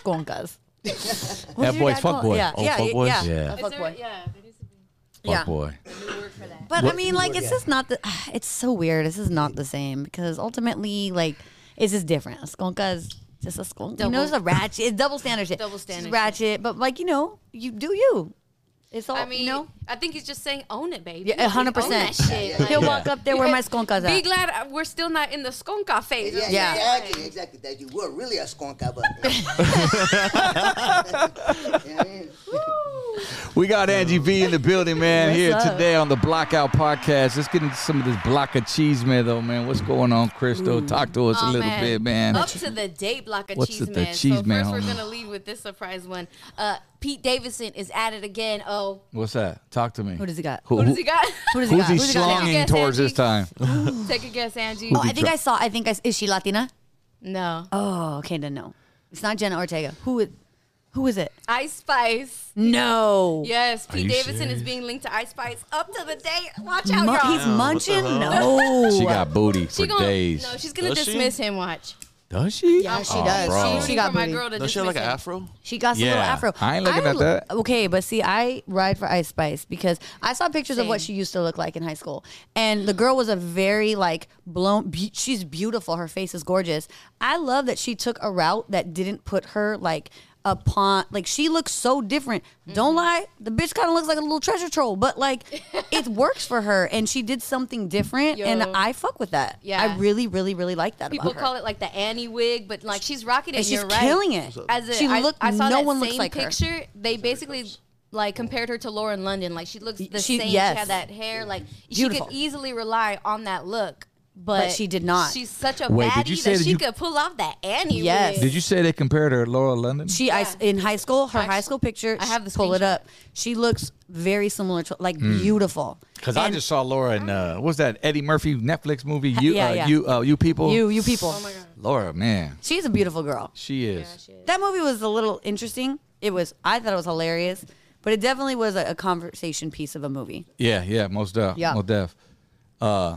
Skonkas. What did your F-boys, dad call- fuckboy. Yeah, Oh, yeah, fuckboys? yeah, Yeah. a fuckboy. yeah, there needs to be Yeah. Oh, boy. a word for that. But I mean, like, it's just not the. It's so weird. This is not the same because ultimately, like, it's just different. A skonka is just a skonka. You Double- know, it's a ratchet. It's double standard shit. Double It's standard shit. ratchet, but like you know, you do you. It's all I mean, you know. I think he's just saying own it, baby. Oh, Yeah, a hundred Like, own that percent. shit. Like, He'll walk up there where my skonka's Be at. glad uh, we're still not in the skonka phase. Yeah, Yeah. exactly, exactly. That you were really a skonka, but. You know what I mean? We got Angie V in the building, man, What's here up? today on the Blackout Podcast. Let's get into some of this block of cheese, man, though, man. What's going on, Crystal? Talk to us Oh, a little man. bit, man. Up to the date block of What's cheese with the man. cheese so man, first, homie? we're gonna leave with this surprise one. Uh, Pete Davidson is at it again. Oh, What's that? Talk to me. Who does he got? Who- what does he got? Who does he Who's got? he Who does got? Take a slonging guess, towards this time? Take a guess, Angie. Oh, I think I saw. I think I s- is she Latina? no. Oh, okay, then no. It's not Jenna Ortega. Who is? Who is it? Ice Spice. No. Yes, you Pete Davidson serious? is being linked to Ice Spice up to the date. Watch out, Mu- y'all. Uh, he's munching. hell? No. She got booty She for gonna, days. No, she's gonna Does she? dismiss him. Watch. does she? Yeah, she Oh, does. bro. She- Rooting got for my booty. girl to Does she have dismiss like an him. afro? She got some little Yeah. afro. I ain't looking at that. Okay, but see, I ride for Ice Spice because I saw pictures of what Same. she used to look like in high school, and the girl was a very like blown. Be- she's beautiful. Her face is gorgeous. I love that she took a route that didn't put her like upon like she looks so different. Mm-hmm. Don't lie, the bitch kind of looks like a little treasure troll, but like it works for her, and she did something different, and Yo. I fuck with that. Yeah. I really, really, really like that. People about her. call it like the Annie wig, but like she's rocking it. And she's you're right. killing it. As a, She I- looked- I, saw no that one looks same like her. picture. They basically like compared her to Lauren London. Like she looks the She- same. yes. She had that hair. Like Beautiful. she could easily rely on that look, but, But she did not. She's such a Wait, did baddie you say that, that she you- could pull off that Annie Yes. wig. Did you say they compared her to Laura London? She I s in high school, her high school picture. I have the pull it screenshot. up. She looks very similar to like beautiful. Because Hmm. I And just saw Laura in uh, what's that Eddie Murphy Netflix movie? You, yeah, uh, yeah. you, uh, you people. you you people. Oh Laura, man, She's a beautiful girl. she is. That movie was a little interesting. It was I thought it was hilarious, but it definitely was a, a conversation piece of a movie. Yeah, yeah, most deaf. Yeah. Most deaf. Uh,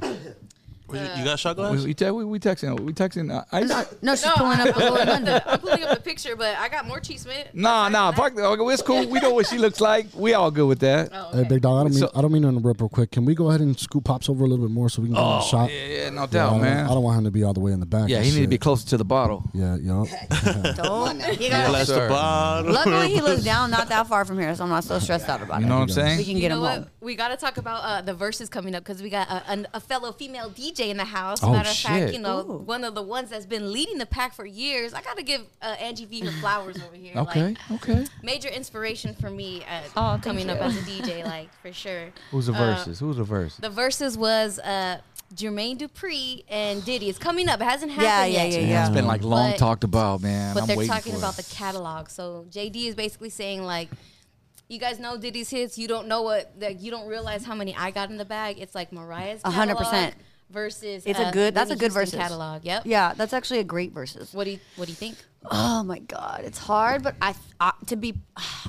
Wait, you got a shot glass? We, we, te- we, we texting. We texting. Uh, I, I, No, she's No, pulling I- up the whole London. I'm pulling up the picture, but I got more cheese mint. nah, nah. Fuck. that. Okay, It's cool. We know what she looks like. We all good with that. Oh, Hey, okay. big dog. I don't mean So- I don't mean to interrupt real quick. Can we go ahead and scoop pops over a little bit more so we can get him a shot? Oh, yeah, yeah, no I doubt, don't, man. I don't want him to be all the way in the back. yeah, and he need to shit. be closer to the bottle. Yeah, yo. Don't. You Yeah, gotta- Glass sir. the bottle. Luckily, he lives down not that far from here, so I'm not so stressed out about You it. know what I'm we saying? can get you him know home. what? We got to talk about uh, the verses coming up because we got a, an- a fellow female DJ in the house. Oh, Matter of shit. fact, you know, Ooh. one of the ones that's been leading the pack for years. I got to give uh, Angie V her flowers over here. Okay, Like, okay. major inspiration for me uh, Aw, Oh, thank coming up you. as a DJ, like, for sure. Who's the Uh, verses? Who's the verses? The verses was uh, Jermaine Dupree and Diddy. It's coming up. It hasn't happened Yeah, yeah, yet. yeah, you know? yeah. It's been like long But- talked about, man. But I'm they're waiting talking for about it. the catalog. So JD is basically saying like, you guys know Diddy's hits. You don't know what like you don't realize how many I got in the bag. It's like Mariah's A hundred catalog percent. versus. It's a uh, good. That's a Whitney good versus Houston catalog. Yep. Yeah, that's actually a great versus. What do you What do you think? Oh my god, it's hard, but I, I to be,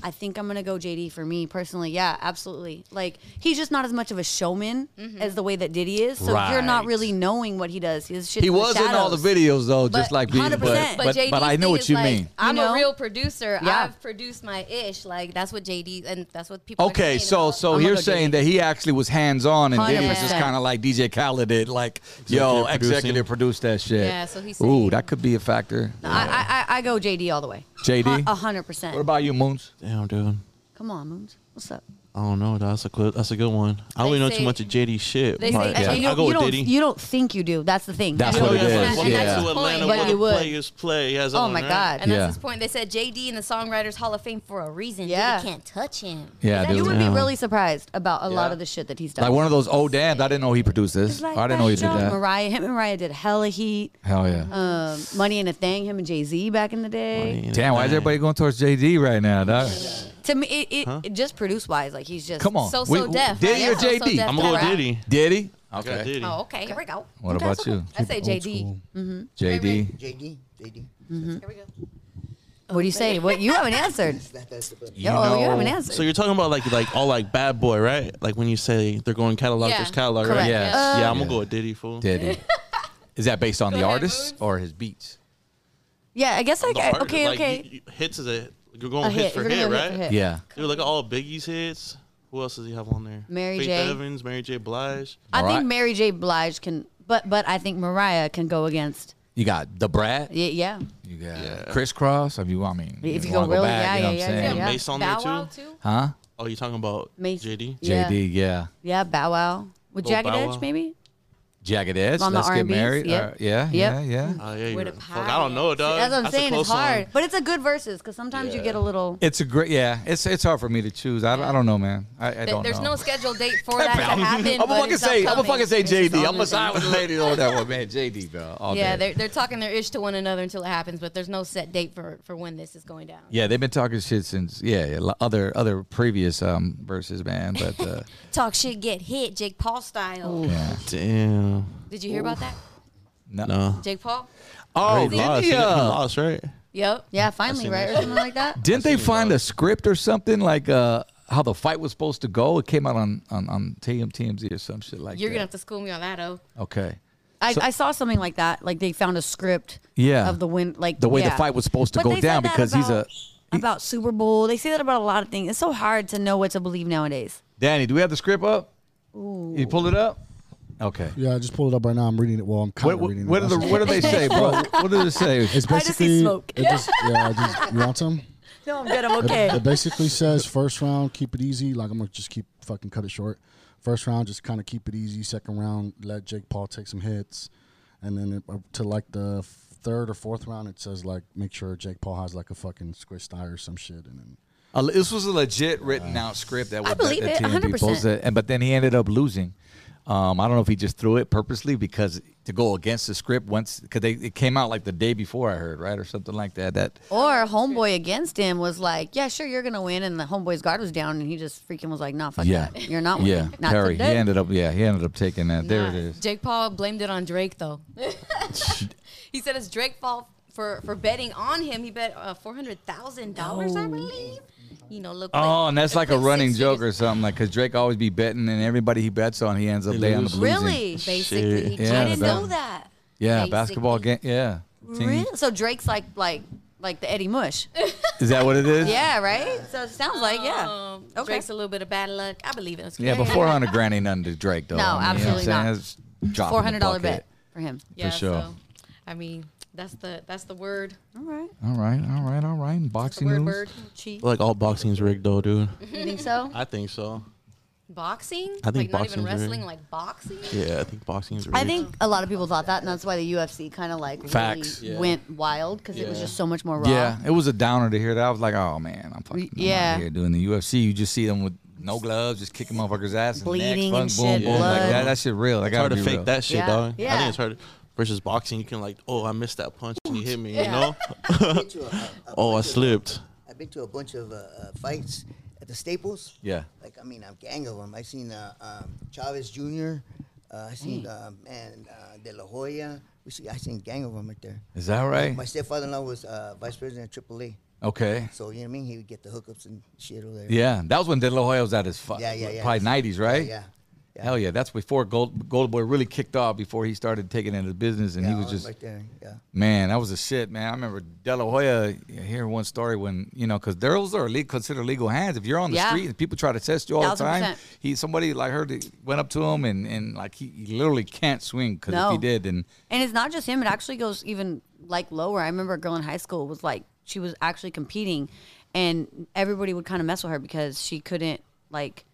I think I'm gonna go JD for me personally. Yeah, absolutely. Like he's just not as much of a showman as the way that Diddy is. So you're not Right. really knowing what he does. His shit. He in the was in all the shadows. videos though, just But like being, but 100%. but, But but, JD's I know thing what is, you like, mean. I'm You know? a real producer. Yeah. I've produced my ish. Like that's what JD and that's what people. are Okay, saying so about- so I'm you're gonna go saying Diddy. that he actually was hands on, and Diddy was just 100%. kind of like DJ Khaled did, like yo, Executive producing. executive produced that shit. Yeah, so he's ooh, saying- that could be a factor. I, I I- I go JD all the way. JD? A hundred percent. What about you, Moons? Damn, dude. Come on, Moons. What's up? I don't know. That's a good. That's a good one. I don't really They know say- too much of JD shit. they but say- yeah, and I you, go you with don't Diddy. you don't think you do. That's the thing. That's You what don't it think is, you Welcome do. yeah. to Atlanta. But Welcome you would. to Players Play. You guys Oh on my that? god. And that's Yeah. his point. They said JD in the Songwriters Hall of Fame for a reason. Yeah. Diddy can't touch him. Yeah, You dude. would be Yeah. really surprised about a lot Yeah. of the shit that he's done. Like one of those old dads. I didn't know he produced this. Like I didn't know he did show. that. Mariah, him and Mariah did hella heat. Hell yeah. Um, Money and a Thing, him and Jay Z back in the day. Damn, why is everybody going towards JD right now? dog? To me, it, it, it just produce wise, like he's just Come on, So We- so deaf. Diddy right? or So, so JD? deaf I'm gonna rap. go Diddy. Diddy. I got Okay. Diddy. Oh, okay. Here we go. What Okay, about so- you, I say Old JD. school. JD? JD, JD. Here we go. What do you say? What you haven't answered? That, that's the button. You Yo, Oh, you know- haven't answered. So you're talking about like like all like bad boy, right? Like when you say they're going catalog, Yeah. there's catalog, Correct. right? Yes. Yeah, Yeah. I'm gonna go with Diddy fool. Diddy. Is that based on the ahead, artist Moons. or his beats? yeah, I guess I. The I- art- okay, like, okay. you- you- hits is a you're going A hit hit. for We're gonna hit, go hit for right? hit. Yeah. Dude, look at all Biggie's hits. Who else does he have on there? Mary Faith J. Evans, Mary J. Blige. I Mariah- think Mary J. Blige can, but but I think Mariah can go against. You got the Brad. Yeah, yeah. You got Yeah. crisscross. I mean, I mean, If you wanna go really- yeah, you know what yeah, I'm yeah, saying? yeah. Mace on Bow there Wow too? too. Huh? Oh, you talking about Mace- JD? Yeah. JD, yeah. Yeah, Bow Wow with Go Jagged Oh, Bow Edge, Wow. maybe. Jagged Edge. On the Let's get R&Bs, married. yep. Uh, yeah, Yep. yeah, yeah. Oh yeah, Where you're- the fuck, I don't know, pirates- dog. That's what I'm a saying. It's close one. hard, but it's a good versus because sometimes you Yeah. get a little. It's a great. Yeah, it's it's hard for me to choose. I, I don't know, man. I, I Th- don't There's know. no scheduled date for that to happen. I'm but gonna fucking it's say. I'm gonna upcoming. fucking say It's just JD. on I'm gonna the- sign with the lady on that one, man. JD, bro. All Yeah, day. they're, they're talking their ish to one another until it happens, but there's no set date for, for when this is going down. Yeah, they've been talking shit since yeah, yeah lo- other other previous um verses, man. But uh, Talk shit, get hit, Jake Paul style. Damn. Did you hear about that? no. No. Jake Paul? Oh, He lost. He got- he yeah. lost, right? Yep. Yeah, finally, seen right, that or something like that. Didn't they find a script or something like uh how the fight was supposed to go? It came out on on on TM, TMZ or some shit like You're gonna that. have to school me on that, oh. gonna okay. I, I saw something like that. Like they found a script. Yeah. Of the win, like The way the yeah. fight was supposed to But go they said down that because he's a about- about Super Bowl. They say that about a lot of things. It's so hard to know what to believe nowadays. Danny. Do we have the script up? You pull it up. Okay. Yeah, I just pulled it up right now. I'm reading it. Well, I'm kind What, of what, reading what do it. the, That's- what do they say, bro? What do they say? It's I just basically see smoke. It just, yeah, I just, you want some? No, I'm good. I'm It basically says first round, keep it easy. Like I'm gonna just keep fucking cut it short. First round, just kind of keep it easy. Second round, let Jake Paul take some hits, and then it, up to like the third or fourth round, it says like make sure Jake Paul has like a fucking squished eye or some shit, and then Uh, this was a legit written out script that was believe that, it, that TNB 100%. posted, and but then he ended up losing. Um, I don't know if he just threw it purposely because to go against the script once because it came out like the day before I heard right or something like that. That Or homeboy against him was like, "Yeah, sure, you're gonna win," and the homeboy's guard was down, and he just freaking was like, "Nah, fuck yeah, that. You're not winning. yeah Oh, not Perry. He today." ended up yeah he ended up taking that. There it Nah. is. Jake Paul blamed it on Drake though. he said it's Drake's fault for for betting on him. He bet uh, four hundred thousand dollars, I believe. you know, look. Oh, like- and that's like a quick running six joke or figures. something, like because Drake always be betting, and everybody he bets on, he ends up down the lose. losing. Really? Basically, Shit. Yeah, I didn't that- know that. Yeah, basketball Basically. game. Yeah. Team- Really? So Drake's like like like the Eddie Mush. Is that what it is? yeah, right. So it sounds like yeah. Um, Okay. Drake's a little bit of bad luck. I believe in it. Yeah, but 400 grand ain't nothing to Drake, though. No, absolutely not. not. Four hundred dollar bet for him. Yeah, sure. So, I mean, that's the that's the word. All right. All right, all right, all right. In That's the Boxing word. news. Word. Cheat. Like all boxing's rigged though, dude. You think so? I think so. Boxing. I think like not boxing's even wrestling. very- Like boxing. Yeah, I think boxing's rigged. I think a lot of people thought that, and that's why the UFC kind of like Facts. really Yeah. went wild because it was Yeah. just so much more raw. Yeah, it was a downer to hear that. I was like, oh man, I'm fucking I'm Yeah. out here doing the UFC. You just see them with no gloves, just kicking motherfuckers' ass, and Bleeding neck, and fuck, shit, boom, boom, like blood. that. That shit real. That it's gotta hard to be fake real. that shit, Yeah. dog. I Yeah. think it's hard. Versus boxing, you can like, oh, I missed that punch and you hit me, you know. I've been to a- a- a Oh, I bunch of- slipped. I've been to a bunch of uh, uh, fights at the Staples. Yeah. Like I mean, a gang of them. I seen uh, um, Chavez Jr. Uh, I seen Mm. uh, man uh, De La Hoya. We see. I seen gang of them right there. Is that right? My stepfather-in-law was uh, vice president of AAA, Okay. so you know what I mean. He would get the hookups and shit over there. Yeah, that was when De La Hoya was at his fuck. Yeah, yeah, yeah. Probably nineties, right? Yeah, yeah. Hell yeah, that's before Gold Gold Boy really kicked off. Before he started taking into business, and Yeah, he was all just right there. Yeah. Man, that was a shit, man. I remember De La Hoya hearing one story when, you know, because those are le- considered legal hands. If you're on the Yeah. street and people try to test you all the Thousand time, percent. he somebody like heard it, went up to him and, and like he, he literally can't swing because if No. he did, then And it's not just him; it actually goes even like lower. I remember a girl in high school was like she was actually competing, and everybody would kind of mess with her because she couldn't like.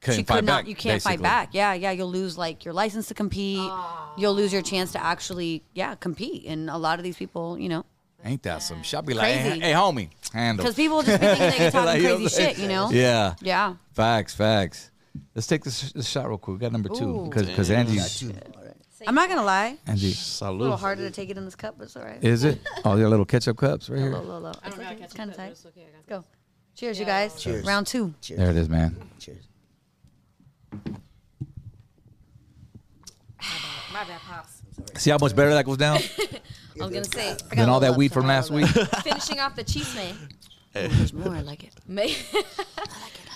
Couldn't she fight could back, not. You can't basically. fight back. Yeah, yeah. You'll lose like your license to compete. You'll lose your chance to actually, yeah, compete. And a lot of these people, you know, ain't that some shit? I'd be like, hey, Crazy. hey, homie, handle. because people just be thinking they can talk Like, you know crazy what I'm saying? shit. You know. Yeah. Yeah. Facts, facts. Let's take this, this shot real quick. We got number two Ooh. because Got Angie's. two. All right. I'm not gonna lie. Angie, A little Salute. harder to take it in this cup, but it's all right. is it? Oh, your little ketchup cups right low, here. low, low. I It's don't know. okay. I It's kind kind of of tight. It's okay. I got Let's go. Cheers, you guys. Cheers. Round two. Cheers. There it is, man. Cheers. it. My bad, pops. See how much better that goes down I was gonna say I got than a all little that weed upset, from a little last week. upset. finishing off the cheese man. There's more. I like it. Me-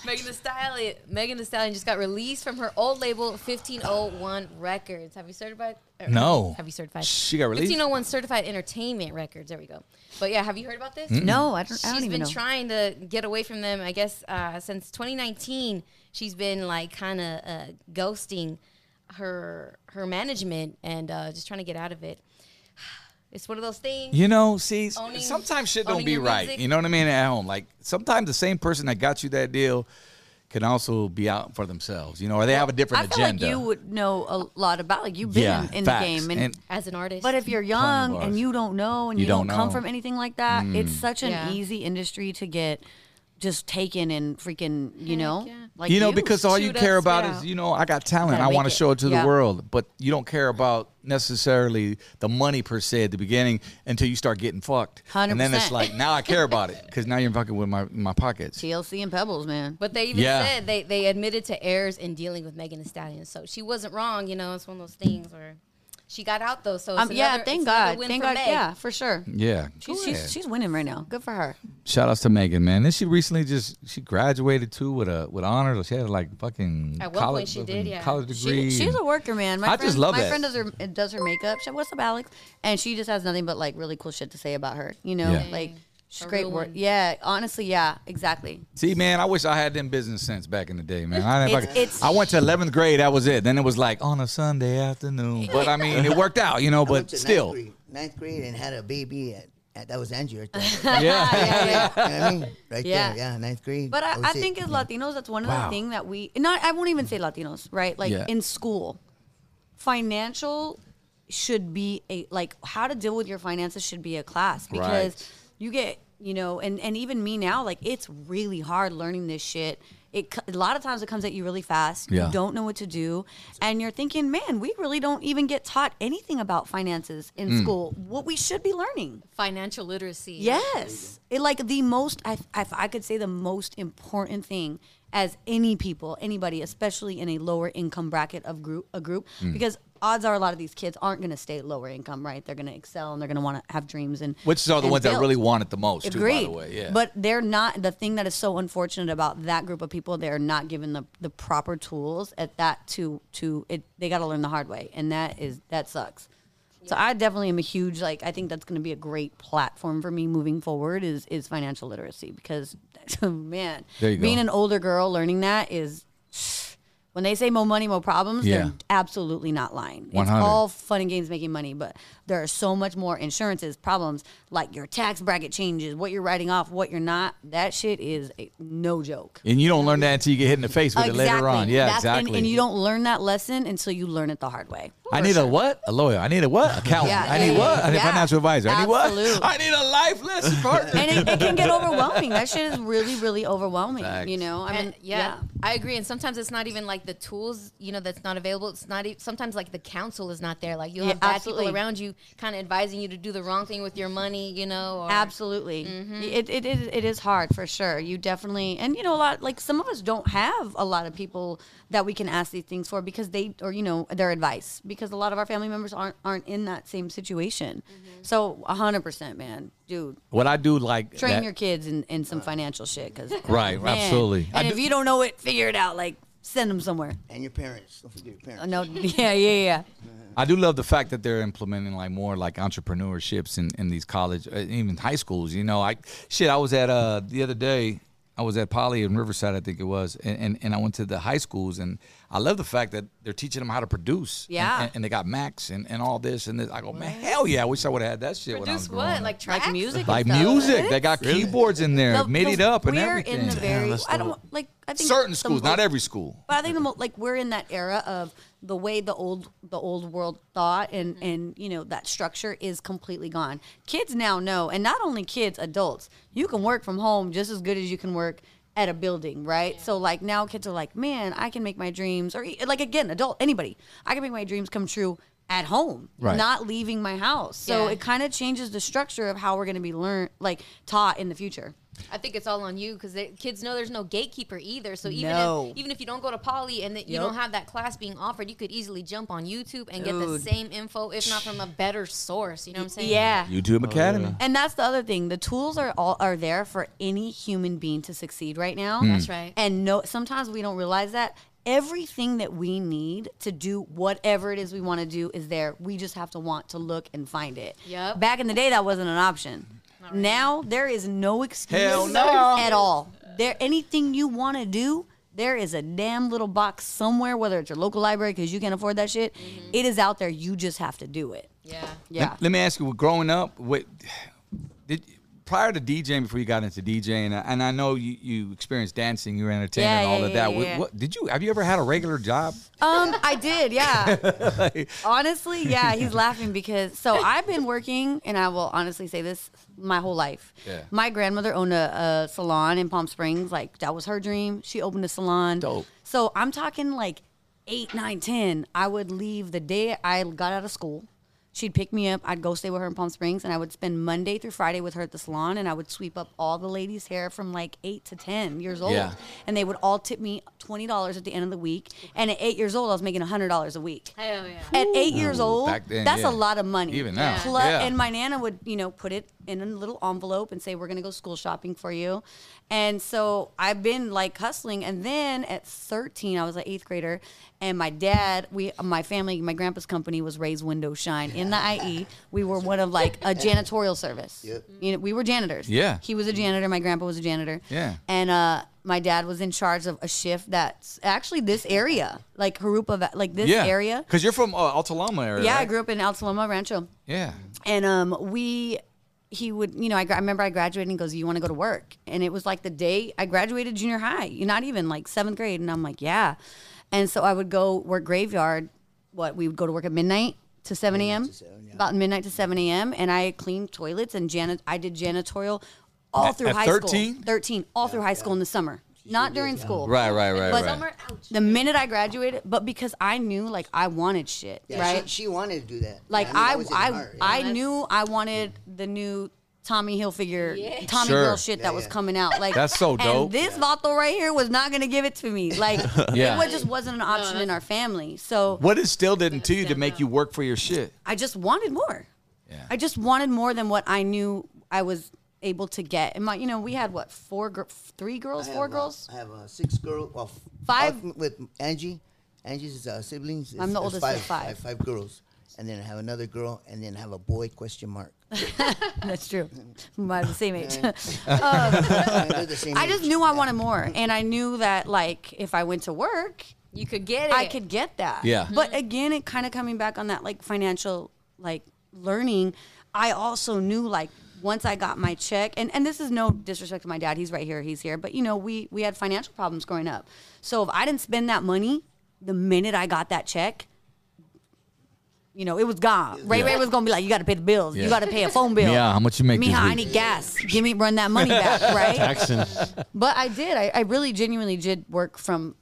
Megan Thee Stallion. Megan Thee Stallion just got released from her old label, 1501 Records. Have you certified? er, No. Have you certified? She got released? 1501 Certified Entertainment Records. There we go. But yeah, have you heard about this? No, I don't. She's I don't even been know. trying to get away from them. I guess uh, since 2019, she's been like kind of uh, ghosting her her management and uh, just trying to get out of it. It's one of those things. You know, see, s- Owning- sometimes shit don't owning be your right. music. You know what I mean? At home, like sometimes the same person that got you that deal can also be out for themselves. You know, or they have a I different feel agenda. like you would know a lot about. Like you've been yeah, in, in the facts. game, and, and As an artist, but if you're young bars. and you don't know and You you, don't don't, come know. Hmm. from anything like that, it's such an Yeah. easy industry to get just taken and freaking. You know, yeah. like you know used. because all you Shoot care us about out. is you know I got talent. Gotta I want to make it. show it to Yeah. the world, but you don't care about necessarily the money per se at the beginning until you start getting fucked. And then it's 100%. like now I care about it because now you're fucking with my my pockets. TLC and Pebbles, man. But they even Yeah. said they, they admitted to errors in dealing with Megan Thee Stallion. So she wasn't wrong, you know, it's one of those things where she got out though. So it's um, yeah, another- thank it's another God, win thank for God, Meg. yeah, for sure. Yeah, She's, go ahead. she's, she's winning right now. Good for her. Shout outs to Megan, man. Then she recently just she graduated too with a with honors. She had like fucking At one college, point she did, yeah. college degree. She, she's a worker, man. My I friend, just love my that. friend does her does her makeup. She, What's up, Alex? And she just has nothing but like really cool shit to say about her. You know, Yeah. like A she's great real work. one. Yeah, honestly, yeah, exactly. See, man, I wish I had them business sense back in the day, man. I, didn't It's- fucking- it's- I went to eleventh grade, that was it. Then it was like on a Sunday afternoon. But I mean, it worked out, you know. I went But to still, ninth grade, ninth grade and had a baby. At, at, that was Angie right there. yeah. You know what I mean? Right Yeah. there, yeah, ninth grade. But I, was I it. think as Latinos, that's one of Wow. the thing that we not. I won't even say Latinos, right? Like Yeah. in school, financial should be a like how to deal with your finances should be a class because Right. you get you know and and even me now like it's really hard learning this shit. It co- a lot of times it comes at you really fast. Yeah. You don't know what to do, and you're thinking, man, we really don't even get taught anything about finances in Mm. school. What we should be learning. Financial literacy. Yes. It like the most I if I could say the most important thing as any people, anybody, especially in a lower income bracket of group a group, Hmm. because odds are a lot of these kids aren't going to stay lower income, right? They're going to excel and they're going to want to have dreams and Which are the and ones that build. really want it the most, too, by Agreed. the way. Yeah. But they're not the thing that is so unfortunate about that group of people. They're not given the, the proper tools at that to to it. They got to learn the hard way, and that is that sucks. So I definitely am a huge like. I think that's going to be a great platform for me moving forward is is financial literacy because oh, man, There you go. being an older girl learning that is. When they say more money, more problems, Yeah. they're absolutely not lying. It's 100. all fun and games making money, but there are so much more insurances, problems like your tax bracket changes, what you're writing off, what you're not. That shit is a, no joke. and you don't learn that until you get hit in the face with it later on. Yeah, That's- and- exactly. And, you don't learn that lesson until you learn it the hard way. I need a what? A lawyer. I need a what? Accountant. Yeah, I need yeah, what? I need a yeah. financial advisor. I need what? Absolute. I need a life lesson partner. And it, it can get overwhelming. That shit is really, really overwhelming. Facts. You know, I mean, And yeah, I agree. And sometimes it's not even like the tools, you know, that's not available. It's not e- sometimes like the counsel is not there. Like you'll Yeah, have bad absolutely. people around you, kind of advising you to do the wrong thing with your money, you know. Or, Absolutely, it, it is it is hard for sure. You definitely and you know a lot like some of us don't have a lot of people that we can ask these things for because they or you know their advice because a lot of our family members aren't aren't in that same situation. So a hundred percent, man, dude, What I do like train that- your kids in, in some financial shit because Right, absolutely. I And do- if you don't know it, figure it out. Like send them somewhere. Uh, And your parents. Don't forget your parents. No, yeah, yeah, yeah. I do love the fact that they're implementing like more like entrepreneurships in, in these college, uh, even high schools. You know, I shit. I was at uh the other day. I was at Poly in Riverside, I think it was, and, and, and I went to the high schools, and I love the fact that they're teaching them how to produce. And- Yeah. and, and they got Max and, and all this and this. I go, man, hell yeah! I wish I would have had that shit when I was Produce growing what? up." Like tracks? Like music, and like stuff. music. They got keyboards in there, The- the- mid it up and we're everything. in the very. that's I dope. don't like. I think Certain the schools, not most- every school. But I think the mo- like we're in that era of the way the old the old world thought and and you know that structure is completely gone. Kids now know, and not only kids, adults. You can work from home just as good as you can work at a building, right? So like now kids are like, man, I can make my dreams, or e- like again, adult anybody, I can make my dreams come true at home, Right. not leaving my house. So Yeah. it kind of changes the structure of how we're going to be learned, like taught in the future. I think it's all on you because kids know there's no gatekeeper either. So even No. if, even if you don't go to poly and that you Yep. don't have that class being offered, you could easily jump on YouTube and get the Dude. same info, if not from a better source. You know what I'm saying? Yeah. YouTube Academy. And that's the other thing. The tools are all are there for any human being to succeed right Mm. now. That's right. And no sometimes we don't realize that. Everything that we need to do whatever it is we want to do is there. We just have to want to look and find it. Yep. Back in the day that wasn't an option. Now there is no excuse Hell no. at all. There anything you want to do, there is a damn little box somewhere, whether it's your local library because you can't afford that shit. It is out there. You just have to do it. Mm-hmm. Yeah. Yeah. Let, let me ask you, growing up, what did prior to DJing, before you got into DJing, and I know you, you experienced dancing, you were entertained, Yeah, and all yeah, of yeah, that. yeah, What- yeah. What, did you have you ever had a regular job? Um, I did, yeah. honestly, yeah, he's laughing because so I've been working, and I will honestly say this my whole life. Yeah. My grandmother owned a, a salon in Palm Springs. Like that was her dream. She opened a salon. Dope. So I'm talking like eight, nine, ten. I would leave the day I got out of school. She'd pick me up. I'd go stay with her in Palm Springs, and I would spend Monday through Friday with her at the salon, and I would sweep up all the ladies' hair from like eight to ten years old Yeah. and they would all tip me twenty dollars at the end of the week. And at eight years old, I was making hundred dollars a week. Hell yeah. At eight years old, Mm-hmm. back then, that's yeah. a lot of money. Even now, Plus- yeah. and my nana would, you know, put it in a little envelope and say, "We're gonna go school shopping for you." And so I've been like hustling. And then at thirteen, I was an eighth grader, and my dad, we, my family, my grandpa's company was Ray's Window Shine in the IE. We were one of like a janitorial service. Yep. You know, we were janitors. Yeah. He was a janitor. My grandpa was a janitor. Yeah. And uh, my dad was in charge of a shift that's actually this area, like Harupa, Va- like this area. because you're from uh, Altaloma area. Yeah, I right? grew up in Altaloma Rancho, Yeah, and um, we, he would, you know, I, gra- I remember I graduated, and he goes, "You want to go to work?" And it was like the day I graduated junior high, You're not even like seventh grade, and I'm like, "Yeah," and so I would go work graveyard. What we would go to work at midnight to seven a.m. About midnight to seven a.m. And I cleaned toilets and janit. I did janitorial all At- through at high 13? school. Thirteen, all through high school in the summer, not during school. right, right, right, But- right. Summer, ouch. The minute I graduated, but because I knew like I wanted shit, Yeah, right? she, she wanted to do that. Like mean, that I, was in I, her, yeah. I, knew I wanted the new Tommy Hilfiger, Yeah. Tommy Sure. Girl shit that was coming out. Like That's so dope. And this vato right here was not gonna give it to me. Like Yeah. it was, just wasn't an option in our family. So What it still didn't to you to make you work for your shit? I just wanted more. Yeah. I just wanted more than what I knew I was able to get. And my, you know, we had what four, gir- three girls, I four have, uh, girls. I have uh, six girls. Well, f- Five? all with Angie. Angie's uh, siblings. I'm is- the is oldest five, of five. I have five girls, and then I have another girl, and then I have a boy? Question mark. That's true. About the same age. And they're the same I just age. knew I wanted more, and I knew that like if I went to work, You could get it. I could get that. Yeah. But again, it kind of coming back on that like financial like learning. I also knew like once I got my check, and and this is no disrespect to my dad. He's right here. He's here. But you know, we we had financial problems growing up. So if I didn't spend that money, the minute I got that check. You know, it was gone. Ray Yeah. Ray was gonna be like, "You got to pay the bills. Yeah. You got to pay a phone bill. Yeah, how much you make this Mija, I week? need gas. Give me run that money back, right? Jackson. But I did. I, I really genuinely did work from.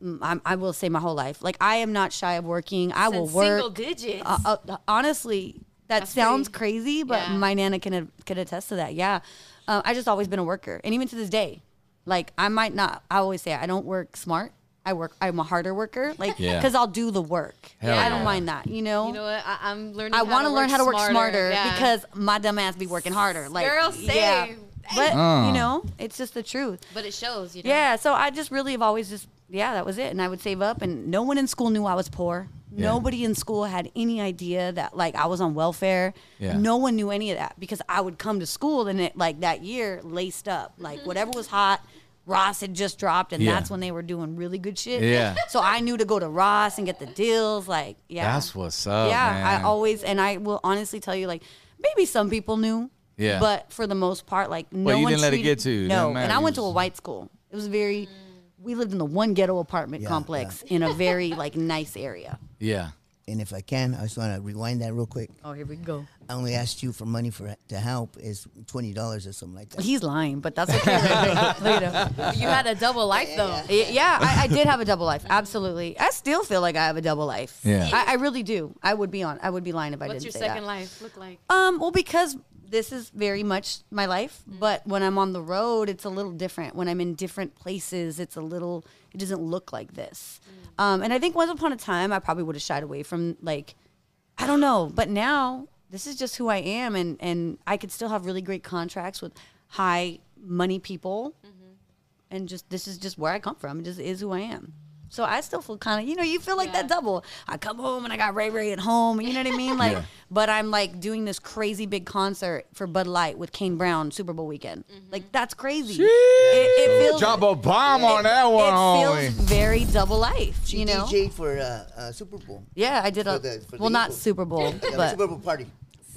mm, I'm, I will say my whole life. Like I am not shy of working. I will Since work. Single digits. Uh, uh, honestly, that That's sounds pretty- crazy, but yeah. my nana can can attest to that. Yeah, uh, I just always been a worker, and even to this day, like I might not. I always say I don't work smart. I work. I'm a harder worker. Like Yeah. because I'll do the work. Hell I don't yeah. mind that. You know. you know what? I, I'm learning. I want to learn how to work smarter, yeah. because my dumb ass be working harder. Like Girl, yeah. same. But Uh. you know, it's just the truth. But it shows, you know. Yeah, so I just really have always just yeah, that was it. And I would save up and no one in school knew I was poor. Yeah. Nobody in school had any idea that like I was on welfare. Yeah. No one knew any of that because I would come to school and it like that year laced up. Mm-hmm. Like whatever was hot, Ross had just dropped and Yeah. that's when they were doing really good shit. Yeah. So I knew to go to Ross and get the deals, like yeah. That's what's up. yeah, Oh, man. I always and I will honestly tell you like maybe some people knew. Yeah. But for the most part, like no you one didn't let it treated- get to you. It No, didn't matter. and I You went to a just- white school. It was very. We lived in the one ghetto apartment Yeah, complex in a very like nice area. Yeah. And if I can, I just want to rewind that real quick. Oh, here we go. I only asked you for money for to help is twenty dollars or something like that. He's lying, but that's okay. Ray Ray. Later. You had a double life though. Y- Yeah, I, I did have a double life. Absolutely, I still feel like I have a double life. Yeah. I, I really do. I would be on. I would be lying if I What's didn't your say second that. life look like? Um, well, because this is very much my life, but when I'm on the road, it's a little different. When I'm in different places, it's a little, it doesn't look like this. Um, and I think once upon a time, I probably would have shied away from like, I don't know, but now this is just who I am, and and I could still have really great contracts with high money people, Mm-hmm. and just this is just where I come from. It just is who I am. So I still feel kind of, you know, you feel like that double. I come home and I got Ray Ray at home. You know what I mean? Like, but I'm like doing this crazy big concert for Bud Light with Kane Brown Super Bowl weekend. Mm-hmm. Like that's crazy. It, it feels Drop a bomb on that one, It homie. feels very double life. She You know? DJ'd for uh, uh, Super Bowl. Yeah, I did a For the- for the well, not Eagles. Super Bowl, Yeah, but Super Bowl party.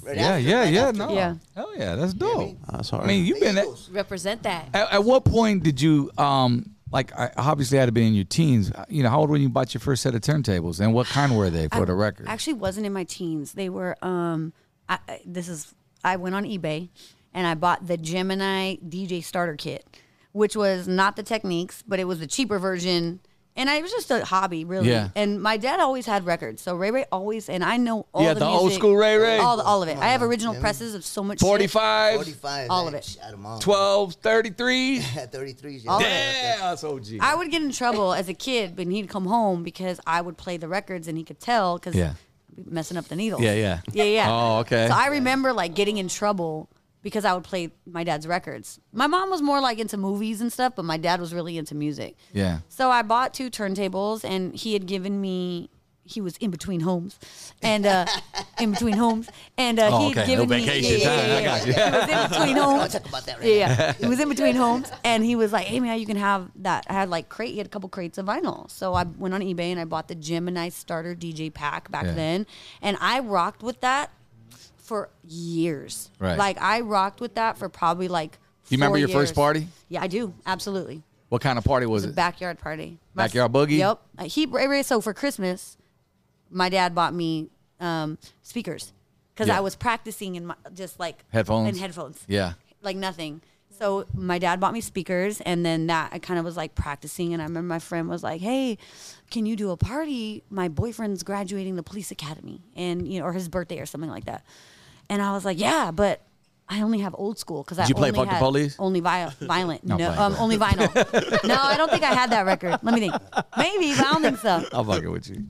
Right Yeah, after, yeah, right yeah. after. No. Yeah. Hell yeah, that's dope. That's I hard. mean, you've The been at, Eagles. Represent that. at, at what point did you um like I obviously had to be in your teens. You know, how old were you when you bought your first set of turntables and what kind were they for the record? I actually wasn't in my teens. They were. Um, I, I- this is. I went on eBay and I bought the Gemini DJ starter kit, which was not the Techniques, but it was the cheaper version. And I, it was just a hobby, really. Yeah. And my dad always had records, so Ray Ray always and I know all Yeah, the, the old music, school Ray Ray. all the, all of it. I have original presses of so much. shit. 45, 45. All of I it. shot 'em all. 12, 33. 33s. Yeah. All of it. Yeah, that's OG. I would get in trouble as a kid when he'd come home because I would play the records and he could tell because Yeah. messing up the needles. Yeah, yeah. Yeah, yeah. Oh, okay. So I remember like getting in trouble because I would play my dad's records. My mom was more like into movies and stuff, but my dad was really into music. yeah. So I bought two turntables, and he had given me. He was in between homes, and uh, in between homes, and uh, Oh, he had okay. given No me. vacation time. I got you. He was in between homes. Talk about that right Yeah, yeah. He was in between homes, and he was like, "Hey, man, you can have that." I had like crate. He had a couple crates of vinyl, so I went on eBay and I bought the Gemini Starter DJ Pack back Yeah. then, and I rocked with that for years. Right. Like I rocked with that for probably like. You remember four your first years. party? Yeah, I do. Absolutely What kind of party was was a it? backyard party. My- Backyard boogie? Yep. Uh, He Ray Ray- so for Christmas, my dad bought me um, speakers because Yeah. I was practicing in my just like Headphones? and headphones. Yeah. Like nothing. So my dad bought me speakers, and then that I kind of was like practicing. And I remember my friend was like, "Hey, can you do a party? My boyfriend's graduating the police academy, and you know, or his birthday or something like that." And I was like, "Yeah, but I only have old school because I you play only Fuck the had Police? only vi- violent. no, playing. um, only vinyl. no, I don't think I had that record. Let me think. Maybe, but I don't think so. I'll fuck it with you.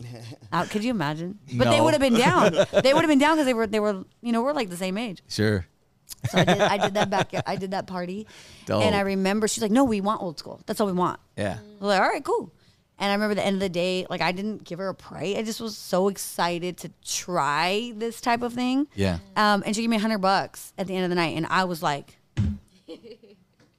Uh, could you imagine? But they No. would have been down. They would have been down because they were they were you know we're like the same age. Sure. So I did, I did that back. I did that party, Dope. and I remember she's like, "No, we want old school. That's all we want." Yeah. I was like, all right, cool. And I remember the end of the day, like I didn't give her a price. I just was so excited to try this type of thing. Yeah. Um, and she gave me a hundred bucks at the end of the night, and I was like,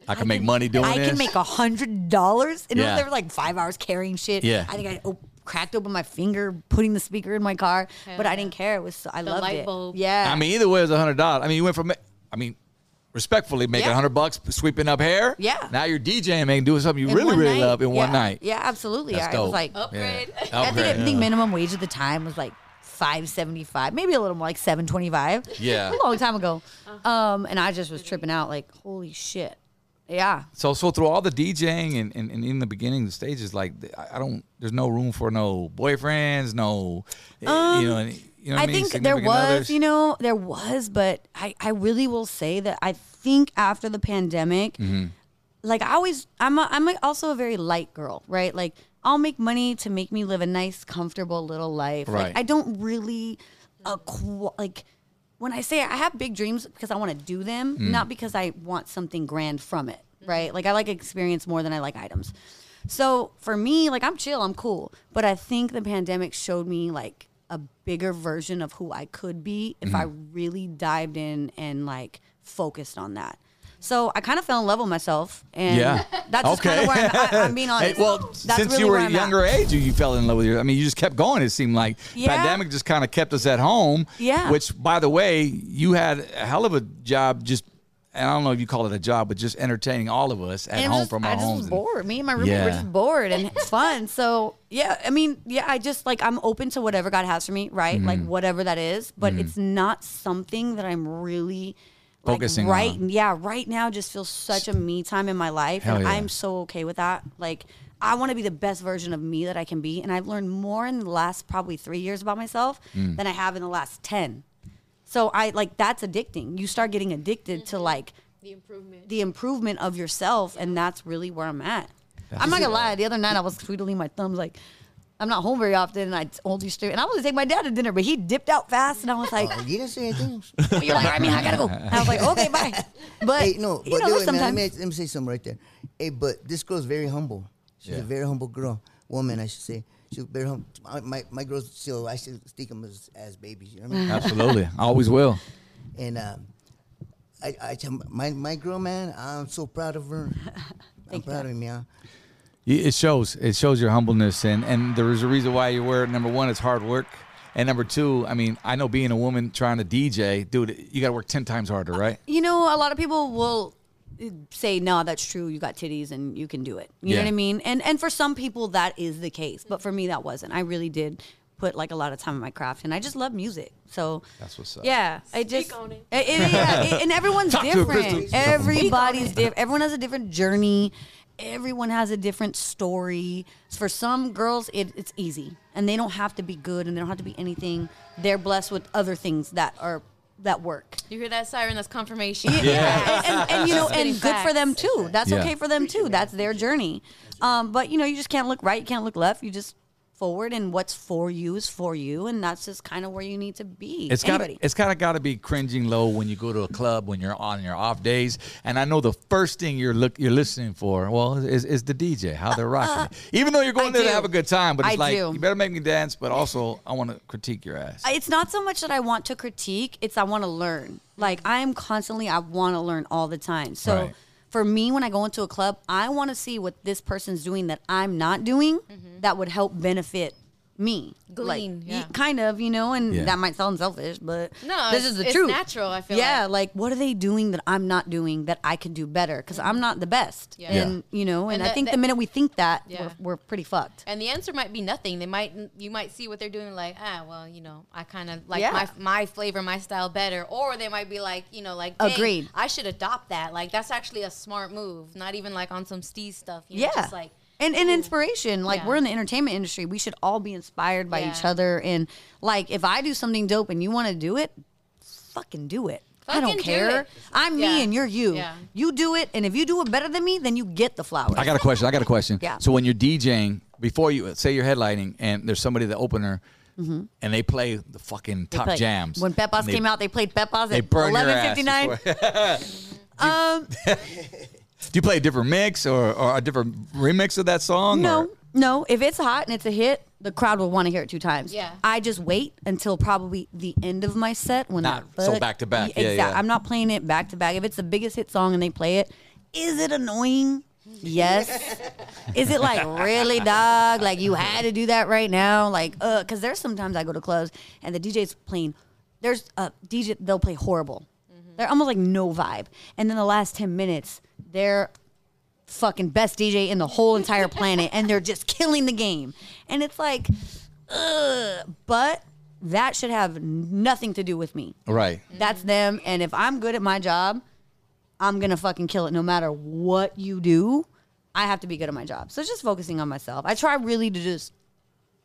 I can make money doing I this. can make a hundred dollars. And Yeah. yeah. they were like five hours carrying shit. Yeah. I think I op- cracked open my finger, putting the speaker in my car, but I didn't care. It was so, I The loved light it. bulb. Yeah. I mean, either way, it's a hundred dollars. I mean, you went from, I mean, respectfully making a Yeah. hundred bucks sweeping up hair. Yeah. Now you're DJing, man, doing something you In really, one really night. love in one Yeah. night. Yeah, absolutely. That's I was dope. like, Upgrade. I think, Upgrade. I think minimum wage at the time was like five seventy five, maybe a little more, like seven twenty five. Yeah. a long time ago. Um, and I just was tripping out, like, holy shit, yeah. So, so through all the DJing and, and, and in the beginning, the stages, like I I don't, there's no room for no boyfriends, no, eh, you know, any- you know. what Um, I mean? think there Significant was, others. you know, there was, but I, I really will say that I think after the pandemic, Mm-hmm. like I always, I'm, a, I'm a, also a very light girl, right? Like I'll make money to make me live a nice, comfortable little life. Right. Like I don't really, acqu- like when I say I have big dreams because I want to do them, Mm. not because I want something grand from it, right? Like I like experience more than I like items. So for me, like I'm chill, I'm cool, but I think the pandemic showed me like a bigger version of who I could be if I Mm-hmm. really dived in and like focused on that. So I kind of fell in love with myself, and Yeah. that's just kind Okay. of where I'm, I, I'm being Hey, honest. well, That's since really you were where a I'm at. younger age, you- you fell in love with your. I mean, you just kept going. It seemed like Yeah. pandemic just kind of kept us at home. Yeah. Which, by the way, you had a hell of a job. Just and I don't know if you call it a job, but just entertaining all of us at And it was home just- from I our just homes. was and- bored. Me and my roommate Yeah. were just bored and it's fun. So yeah, I mean, yeah, I just like I'm open to whatever God has for me, right? Mm-hmm. Like whatever that is, but it's not something that I'm really like, Focusing right. on. Yeah, right now just feels such a me time in my life, Hell and yeah. I'm so okay with that. Like. I want to be the best version of me that I can be. And I've learned more in the last probably three years about myself Mm. than I have in the last 10. So I like that's addicting. You start getting addicted to like Mm-hmm. The improvement. the improvement of yourself, and that's really where I'm at. I'm not gonna lie. The other night I was twiddling my thumbs like. I'm not home very often, and I told you straight. And I was gonna take my dad to dinner, but he dipped out fast, and I was like, Oh, you didn't say anything. "You're like, I mean, I gotta go." And I was like, "Okay, bye." But hey, no, you know, there's but do it, man. Let sometimes me, let me say something right there. Hey, but this girl's very humble. She's Yeah. a very humble girl, woman, I should say. She's very humble. My, my, my girls still, I still think them as, as babies. You know what I mean? Absolutely, I always will. and um, I, I tell my my girl, man, I'm so proud of her. I'm proud of him, yeah. Y- It shows. It shows your humbleness, and and there is a reason why you wear it. Number one, it's hard work, and number two, I mean, I know being a woman trying to DJ, dude, you got to work ten times harder, right? you know, a lot of people will uh, say, "No, that's true. You got titties, and you can do it." You Yeah. know what I mean? And and for some people that is the case, but for me that wasn't. I really did put like a lot of time in my craft, and I just love music. So That's what's up. Yeah, I just on it. I- I- yeah, I- and everyone's Talk to her, Crystal. different. Everybody's different. Everyone has a different journey. Everyone has a different story. For some girls, it, it's easy, and they don't have to be good, and they don't have to be anything. They're blessed with other things that are that work. You hear that siren? That's confirmation. Yeah, and, and, you know, Getting and good for them facts. too. That's Yeah. okay for them too. That's their journey. Um, but you know, you just can't look right, you can't look left. You just forward, and what's for you is for you, and that's just kind of where you need to be. It's got Anybody. it's kind of got to be cringing low when you go to a club when you're on your off days. And I know the first thing you're look you're listening for, well, is, is the DJ how they're rocking. it. Even though you're going I there to do. have a good time, but it's I like do. you better make me dance, but also I want to critique your ass. it's not so much that I want to critique, it's I want to learn. Mm-hmm. Like I am constantly I want to learn all the time. So Right. for me when I go into a club, I want to see what this person's doing that I'm not doing that would help benefit me. Mm-hmm. Glean, like, yeah. y- kind of, you know, and Yeah. that might sound selfish, but No, this it's- is the it's truth. natural, I feel yeah, like. what are they doing that I'm not doing that I can do better? Because I'm not the best, Mm-hmm. Yeah. Yeah. and you know, and, And I that- think that- the minute we think that, Yeah. we're, we're pretty fucked. And the answer might be nothing. They might you might see what they're doing like ah well you know I kind of like Yeah. my my flavor my style better or they might be like you know like dang, Agreed. I should adopt that like that's actually a smart move not even like on some Steve stuff you know, yeah just like and, and inspiration like Yeah. we're in the entertainment industry we should all be inspired by Yeah. each other and like if i do something dope and you want to do it fucking do it I don't Fucking do care. it. I'm Yeah. me and you're you. Yeah. You do it, and if you do it better than me, then you get the flowers. I got a question. I got a question. Yeah. So when you're DJing, before you say you're headlining, and there's somebody the opener, and they play the fucking top Play. jams. When Pepas and they- came out, they played Pepas they at burn your eleven ass fifty nine. before- Um, Do you play a different mix or, or a different remix of that song? no, or- no. If it's hot and it's a hit, the crowd will want to hear it two times. Yeah. I just wait until probably the end of my set when Not I so back to back. Yeah, Exactly. yeah. I'm not playing it back to back. If it's the biggest hit song and they play it, is it annoying? Yes. Is it like really, dog? Like you had to do that right now? Like, uh, because there's sometimes I go to clubs and the DJ's playing. There's a DJ they'll play horrible. They're almost like no vibe, and then the last ten minutes they're fucking best DJ in the whole entire planet, and they're just killing the game. And it's like, ugh. But that should have nothing to do with me. Right. Mm-hmm. That's them. And if I'm good at my job, I'm gonna fucking kill it no matter what you do. I have to be good at my job. So it's just focusing on myself. I try really to just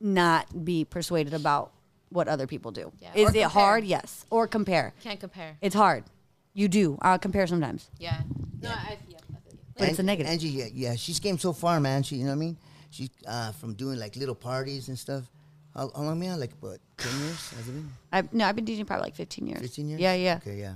not be persuaded about what other people do. Yeah, or Is it compare. hard? Yes. Or compare. Can't compare. It's hard. You do. I'll compare sometimes. Yeah. No, I. Yeah. I feel you. But it's a Ang- negative. Angie, yeah, yeah, she's came so far, man. She, you know what I mean? She uh, from doing like little parties and stuff. How, how long, man? Like what? Ten years? Has it been? I no, I've been DJing probably like fifteen years. Fifteen years? Yeah, yeah. Okay, yeah.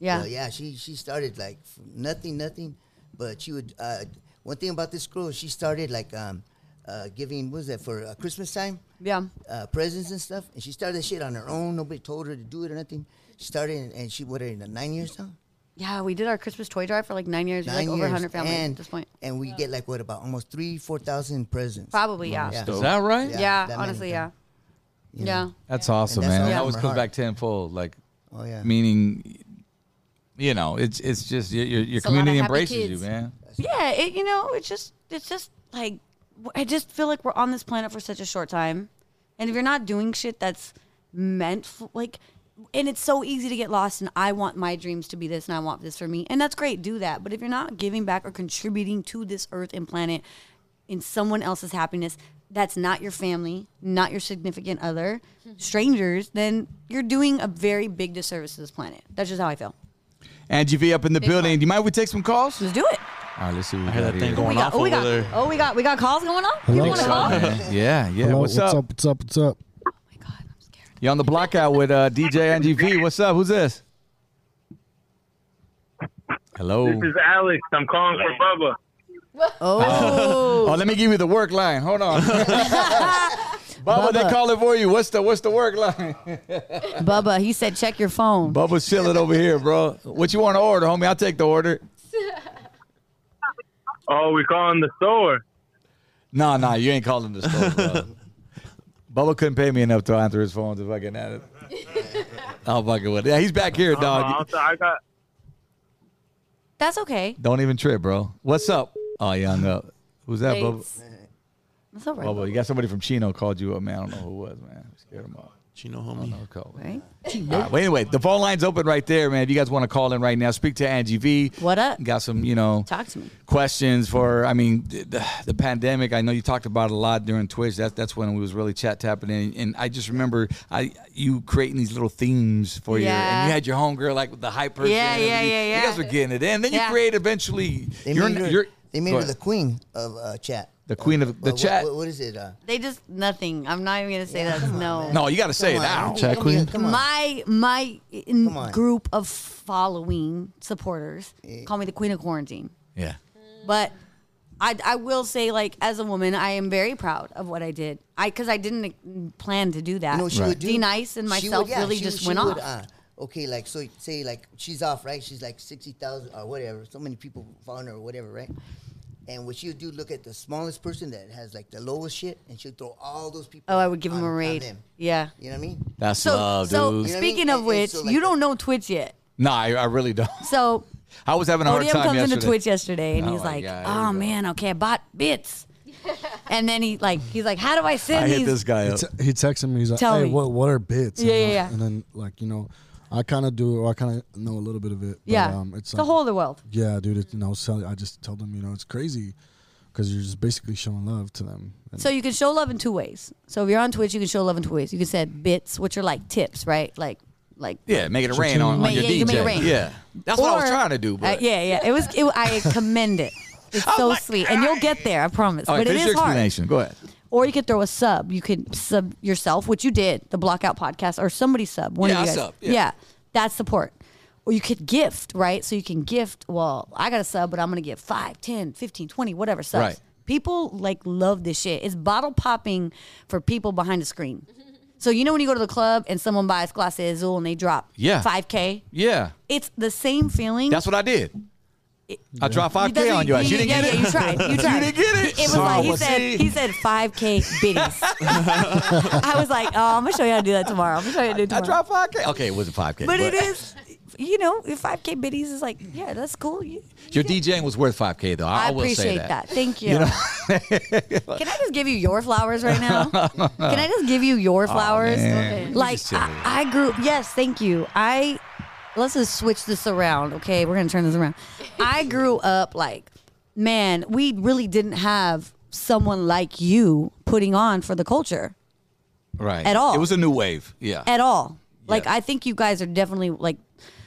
Yeah. Well, yeah. She she started like from nothing, nothing, but she would. Uh, one thing about this girl, she started like um, uh, giving. What was that for uh, Christmas time? Yeah. Uh, presents and stuff, and she started that shit on her own. Nobody told her to do it or nothing. She started, and- and she what in the nine years now. Yeah, we did our Christmas toy drive for like nine years. We're, Nine like over years, hundred families and, at this point. and we get like what about almost three, four thousand presents. Probably, yeah. Yeah, Is that right? Yeah, that many honestly, yeah. times. Yeah. That's awesome, And that's man. all That from always her comes heart. back tenfold. Like, Oh yeah. meaning, you know, it's it's just your your, your a lot of community happy embraces kids. you, man. Yeah, it, you know, it's just it's just like w- I just feel like we're on this planet for such a short time, and if you're not doing shit that's meant for like, and it's so easy to get lost. And I want my dreams to be this, and I want this for me, and that's great. Do that, but if you're not giving back or contributing to this earth and planet in someone else's happiness, that's not your family, not your significant other, strangers, then you're doing a very big disservice to this planet. That's just how I feel. Angie V up in the building. Do you mind we take some calls? All Let's do it. right, let's see what we I heard got that thing here. We going got, off oh, we over got, there. oh, we got, we got calls going on. Hello? You want to call? Yeah, yeah. yeah. Hello, what's, up? What's up? What's up? Oh my God, I'm scared. You're on the block out with uh, DJ Angie V. What's up? Who's this? Hello. This is Alex. I'm calling for Bubba. Oh, Oh, let me give you the work line. Hold on. Bubba, they call it for you. What's the what's the work line? Oh. Bubba, he said check your phone. Bubba's chilling over here, bro. What you want to order, homie? I'll take the order. Oh, we calling the store. No, no, you ain't calling the store, bro. Bubba couldn't pay me enough to answer his phone to fucking at it. I'll fucking with it. Yeah, he's back here, Uh, dog. also, I got That's okay. Don't even trip, bro. What's up? Oh, yeah, I know. Who's that, Bubba? Thanks. That's all right. Bubba, you got somebody from Chino called you up, man. I don't know who it was, man. Scared him off. You know, homie. I'll call him. Right? All right, well, anyway, the phone line's open right there, man. If you guys want to call in right now, speak to Angie V. What up? Got some, you know, Talk to me. questions for i mean the, the, the pandemic i know you talked about it a lot during twitch that, that's when we was really chat tapping in and i just remember i you creating these little themes for your and Yeah. you had your homegirl like with the hype person Yeah, yeah, you, yeah, you yeah. guys were getting it in then you Yeah. create eventually They you're, made her, you're they made Go her the ahead. queen of uh, chat. The queen of Uh, the what- chat? What, what is it? Uh, They just nothing. I'm not even gonna say that. No. no you gotta say come it on, now don't be- Chat don't be- queen? Come on. My my in- Come on. group of following supporters call me the queen of quarantine. yeah But I, I will say, like, as a woman, I am very proud of what I did. I because I didn't plan to do that. You know what she would do? D Nice and She would- myself yeah, really she- just she went would, off. uh, okay, like so, say like she's off, right? She's like sixty thousand or whatever. So many people following her or whatever, right? And what she would do, look at the smallest person that has like the lowest shit, and she'd throw all those people. oh, I would give him on- a on raid. them. Yeah. You know what I mean? that's So, love dude so You know what I mean? speaking And- of and which, so, like, you the- don't know Twitch yet. no I, I really don't So i was having a hard Odium time comes yesterday into Twitch yesterday and Oh he's my like, God, here we "Oh go." man, okay, I bought bits," and then he like he's like, "How do I send i hit these?" this guy He, up t- he texted me. He's like, Tell "Hey, me. what what are bits?" Yeah, and, yeah, yeah. And then like you know, I kind of do. Or I kind of know a little bit of it. But, yeah, um, it's it's the like- whole other world. Yeah, dude. It's, you know, so I just told them, you know, it's crazy because you're just basically showing love to them. And So you can show love in two ways. So if you're on Twitch, you can show love in two ways. You can send bits, which are like tips, right? Like like Yeah, make it rain on, on Make- your yeah, DJ. you make it rain. Yeah, that's what I was Or- trying to do. Uh, But yeah, yeah. It was. It, I commend it. It's so sweet, and you'll get there. I promise. all right, but it finish your is hard. explanation. Go ahead. Or you could throw a sub. You could sub yourself, which you did. The Blockout podcast, or somebody sub. One Yeah, of I you guys. sub, yeah. that's support. Or you could gift, right? So you can gift. Well, I got a sub, but I'm gonna give 5, 10, 15, 20, whatever subs. Right. People like love this shit. It's bottle popping for people behind the screen. So you know when you go to the club and someone buys Glass Azul and they drop Yeah. 5K? Yeah, It's the same feeling. that's what I did. I dropped five That's k what on you. You didn't yeah, get yeah, it. you tried. You tried. didn't get it? He- It was Oh, like he well, said. see. He said five k biddies. I was like, oh, I'm gonna show you how to do that tomorrow. I'm gonna show you how to do it I tomorrow. dropped five k. Okay, it wasn't five k. but it is, you know, five k biddies is like, yeah, that's cool. You, Your DJing was worth five k though. I, I will say appreciate that. that. Thank you. Can I just give you your flowers right now? Can I just give you your flowers? man. Okay. Like Just chill. I, I grew. Yes, thank you. I let's just switch this around. Okay, we're gonna turn this around. I grew up like, man, we really didn't have someone like you putting on for the culture Right. At all. It was a new wave. Yeah. at all. Like Yeah. I think you guys are definitely like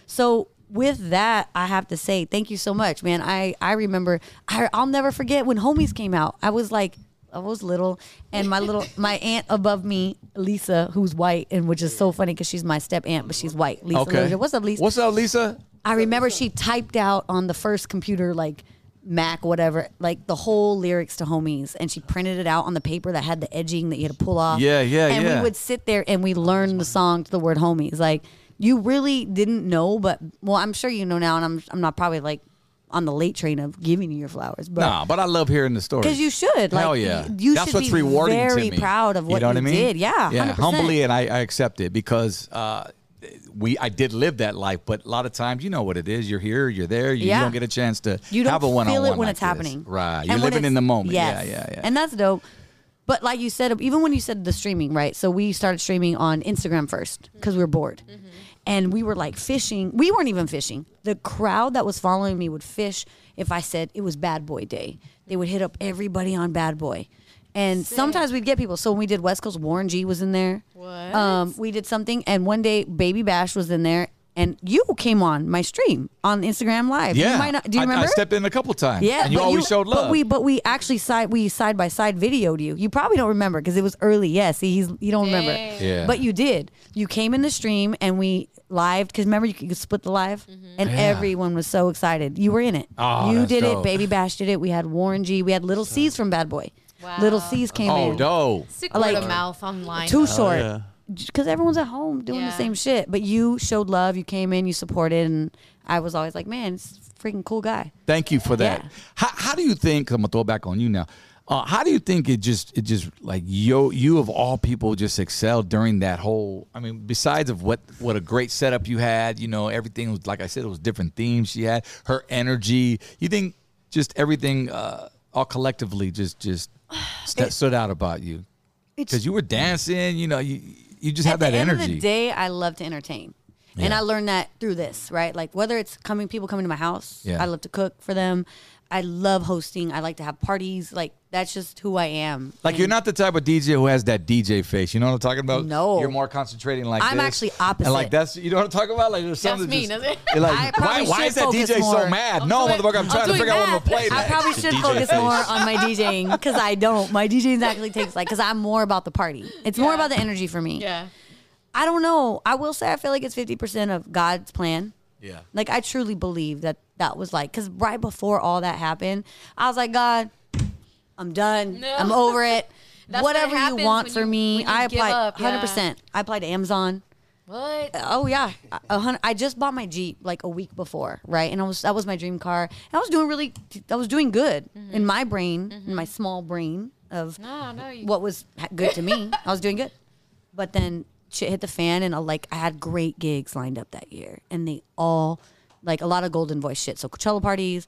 so with that I have to say thank you so much man. I I remember I I'll never forget when homies came out. I was like I was little and my little my aunt above me Lisa who's white and which is so funny cuz she's my step aunt but she's white. Lisa okay. Loggia. What's up Lisa? What's up, Lisa? I remember she typed out on the first computer, like Mac, whatever, like the whole lyrics to Homies, and she printed it out on the paper that had the edging that you had to pull off. Yeah, yeah, And yeah. we would sit there and we learned the song to the word Homies. Like you really didn't know, but well, I'm sure you know now, and I'm I'm not probably like on the late train of giving you your flowers, but. Nah, but I love hearing the story. Because you should, like, Hell yeah! y- you That's should what's be rewarding very to me. proud of what you, know what I mean? did. Yeah, yeah. 100%. Humbly, and I, I accept it because uh, we I did live that life. But a lot of times, you know what it is. You're here, you're there. You, you Yeah. don't get a chance to You don't have a one-on-one feel it when like it's this. happening. Right, And you're when living it's- in the moment. yes. Yeah, yeah, yeah. And that's dope. But like you said, even when you said the streaming, right? So we started streaming on Instagram first because we were bored. And we were like fishing. We weren't even fishing. The crowd that was following me would fish if I said it was Bad Boy Day. They would hit up everybody on Bad Boy. And sometimes we'd get people. So when we did West Coast, Warren G was in there. What? Um, we did something. And one day, Baby Bash was in there. And you came on my stream on Instagram Live. yeah. You might not, do you I, remember? I stepped in a couple times. Yeah, and you but always showed love. Oh, But we, but we actually side we side by side videoed you. You probably don't remember because it was early. Yeah, see, he's you don't remember. Yeah. But you did. You came in the stream and we lived because remember you could split the live, Mm-hmm. and everyone was so excited. You were in it. Oh, you that's did dope. it. Baby Bash did it. We had Warren G. We had Little C's from Bad Boy. Little Wow. C's came oh, in. dope. Sick Like- word of mouth online. Too short. yeah. Because everyone's at home doing the Yeah. same shit, but you showed love. You came in, you supported, and I was always like, "Man, it's a freaking cool guy." Thank you for that. Yeah. How, how do you think? I'm gonna throw it back on you now. Uh, how do you think it just it just like yo you of all people just excelled during that whole? I mean, besides of what what a great setup you had. You know, everything was like I said, it was different themes she had. Her energy. You think just everything uh, all collectively just just st- stood out about you It's because you were dancing. You know, you you just had at that the energy. End of the day, I love to entertain, and I learned that through this, right? Like whether it's coming, people coming to my house. Yeah. I love to cook for them. I love hosting. I like to have parties. Like that's just who I am. like you're And- not the type of DJ who has that DJ face. You know what I'm talking about? No. You're more concentrating like I'm this. actually opposite. And like that's you know what I'm talking about? Like there's That's something me, just, doesn't it? you're I like why, probably why is should that DJ focus so more. mad? no, doing- motherfucker, I'm I'm trying to doing figure out what I'm math. gonna play. I next. probably The should DJ focus face. more on my DJing because I don't. My DJing actually takes like because I'm more about the party. It's more Yeah. about the energy for me. Yeah. I don't know. I will say I feel like it's fifty percent of God's plan. Yeah. Like I truly believe that that was like because right before all that happened, I was like, God, I'm done. No. I'm over it. That's Whatever what happens you want when for you- me, when you I give applied. up, yeah. Hundred percent. I applied to Amazon. What? Oh yeah, A- a hun- I just bought my Jeep like a week before, right? And I was that was my dream car. And I was doing really, I was doing good in my brain, in my small brain of Mm-hmm. No, no, you- what was ha- good to me. I was doing good, but then shit hit the fan, and I, like I had great gigs lined up that year, and they all like a lot of Golden Voice shit. So Coachella parties,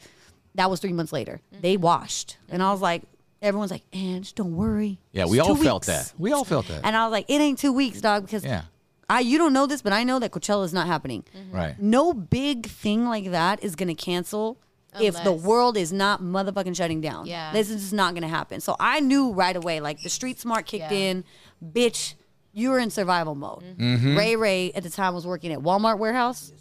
that was three months later. They washed, and I was like, everyone's like, and just don't worry. Yeah, we It's two all felt weeks." that. We all felt that. And I was like, it ain't two weeks, dog, because Yeah. I you don't know this, but I know that Coachella is not happening. Right. No big thing like that is gonna cancel if the Unless- world is not motherfucking shutting down. Yeah. This is just not gonna happen. So I knew right away, like the street smart kicked Yeah. in, bitch. you were in survival mode. Ray Ray at the time was working at Walmart warehouse.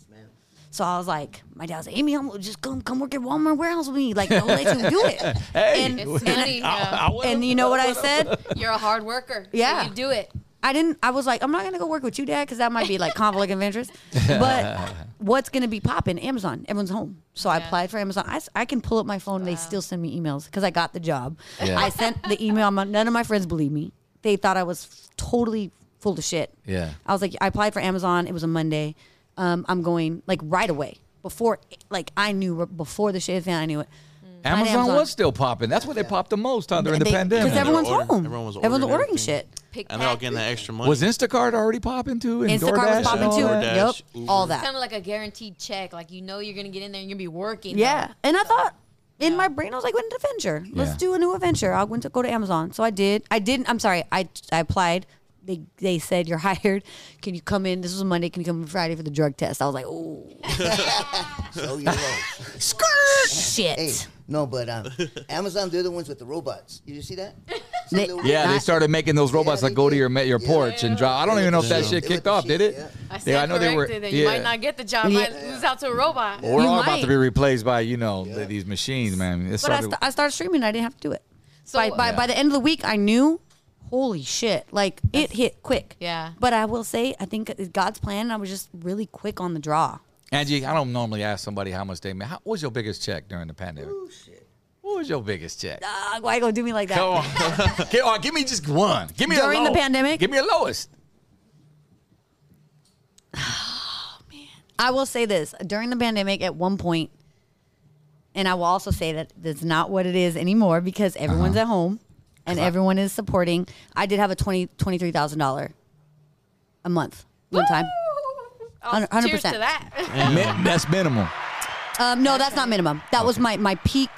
So I was like, my dad's like, Amy, I'm just come come work at Walmart warehouse with me. Like, don't let you do it. Hey, and, It's and- funny. yeah. will. and you know what I said? You're a hard worker. so Yeah. you do it. I didn't. I was like, I'm not gonna go work with you, Dad, because that might be like conflict of interest. But what's gonna be popping? Amazon. Everyone's home, so I applied for Amazon. I, s- I can pull up my phone. They still send me emails because I got the job. Yeah. I sent the email. My, none of my friends believe me. They thought I was totally full of shit. Yeah. I was like, I applied for Amazon. It was a Monday. Um, I'm going like right away before like I knew before the shit fan. I knew it. Amazon, Amazon. was still popping. That's what they popped the most on during the pandemic. because everyone's Everyone home. ordered- everyone was Everyone's ordering ordering everything. shit. Pick and they're all pack. getting that extra money. was Instacart already popping too? And Instacart DoorDash was and popping all too. that? Yep, DoorDash, all Uber. that. It's kind of like a guaranteed check. Like you know you're gonna get in there and you're gonna be working. Yeah. And I thought in my brain, I was like, "What an adventure! Let's Yeah. do a new adventure." I went to go to Amazon, so I did. I didn't. I'm sorry. I I applied. They they said you're hired. Can you come in? This was Monday. Can you come in Friday for the drug test? I was like, "Oh So you know. shit!" Hey, no, but um, Amazon, they're the ones with the robots. Did you see that? They- Some little- Yeah, they Not- started making those robots Yeah, that they go to did. your ma- your Yeah. porch and drive. I don't even know if that Yeah. shit They were kicked the off, did it? shit, yeah. I said corrected that you might not get the job. Yeah. Might lose out to a robot. Well, we're You all about to might. be replaced by you know th- these machines, man. It But I, started- st- I started streaming. I didn't have to do it. So- So by by, Yeah. by the end of the week, I knew. Holy shit! Like it hit quick. Yeah. But I will say, I think it's God's plan. I was just really quick on the draw. Angie, I don't normally ask somebody how much they made. How, what was your biggest check during the pandemic? What was your biggest check? Ah, why you gonna do me like that? Come on. Give, give me just one. Give me a During the low. pandemic? Give me a lowest. I will say this during the pandemic at one point, and I will also say that that's not what it is anymore Uh-huh. because everyone's at home and everyone is supporting. I did have a twenty twenty three thousand dollar a month one time. Oh, Hundred 100%. Cheers to that. Min- that's minimal. Um, no, that's not minimum. That was my my peak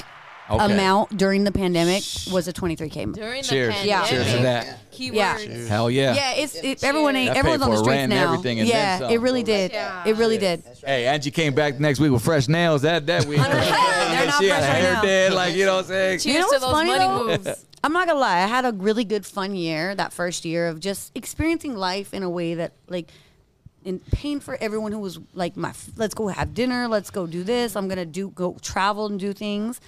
Okay. amount during the pandemic was a twenty three k. During the Cheers. pandemic. Yeah. Cheers to that. Keywords. Yeah. Hell yeah. Yeah, it's it, everyone ain't, That paid everyone's on for the streets rent and now. everything and then yeah, some. it really did. Yeah. It really did. Hey, Angie came back next week with fresh nails. That that week. They're not she had fresh right hair now. dead, like you know what I'm saying. Cheers You know to what's those funny money though? moves. I'm not gonna lie. I had a really good, fun year that first year of just experiencing life in a way that, like, in pain for everyone who was like, "My, f- let's go have dinner. Let's go do this. I'm gonna do go travel and do things."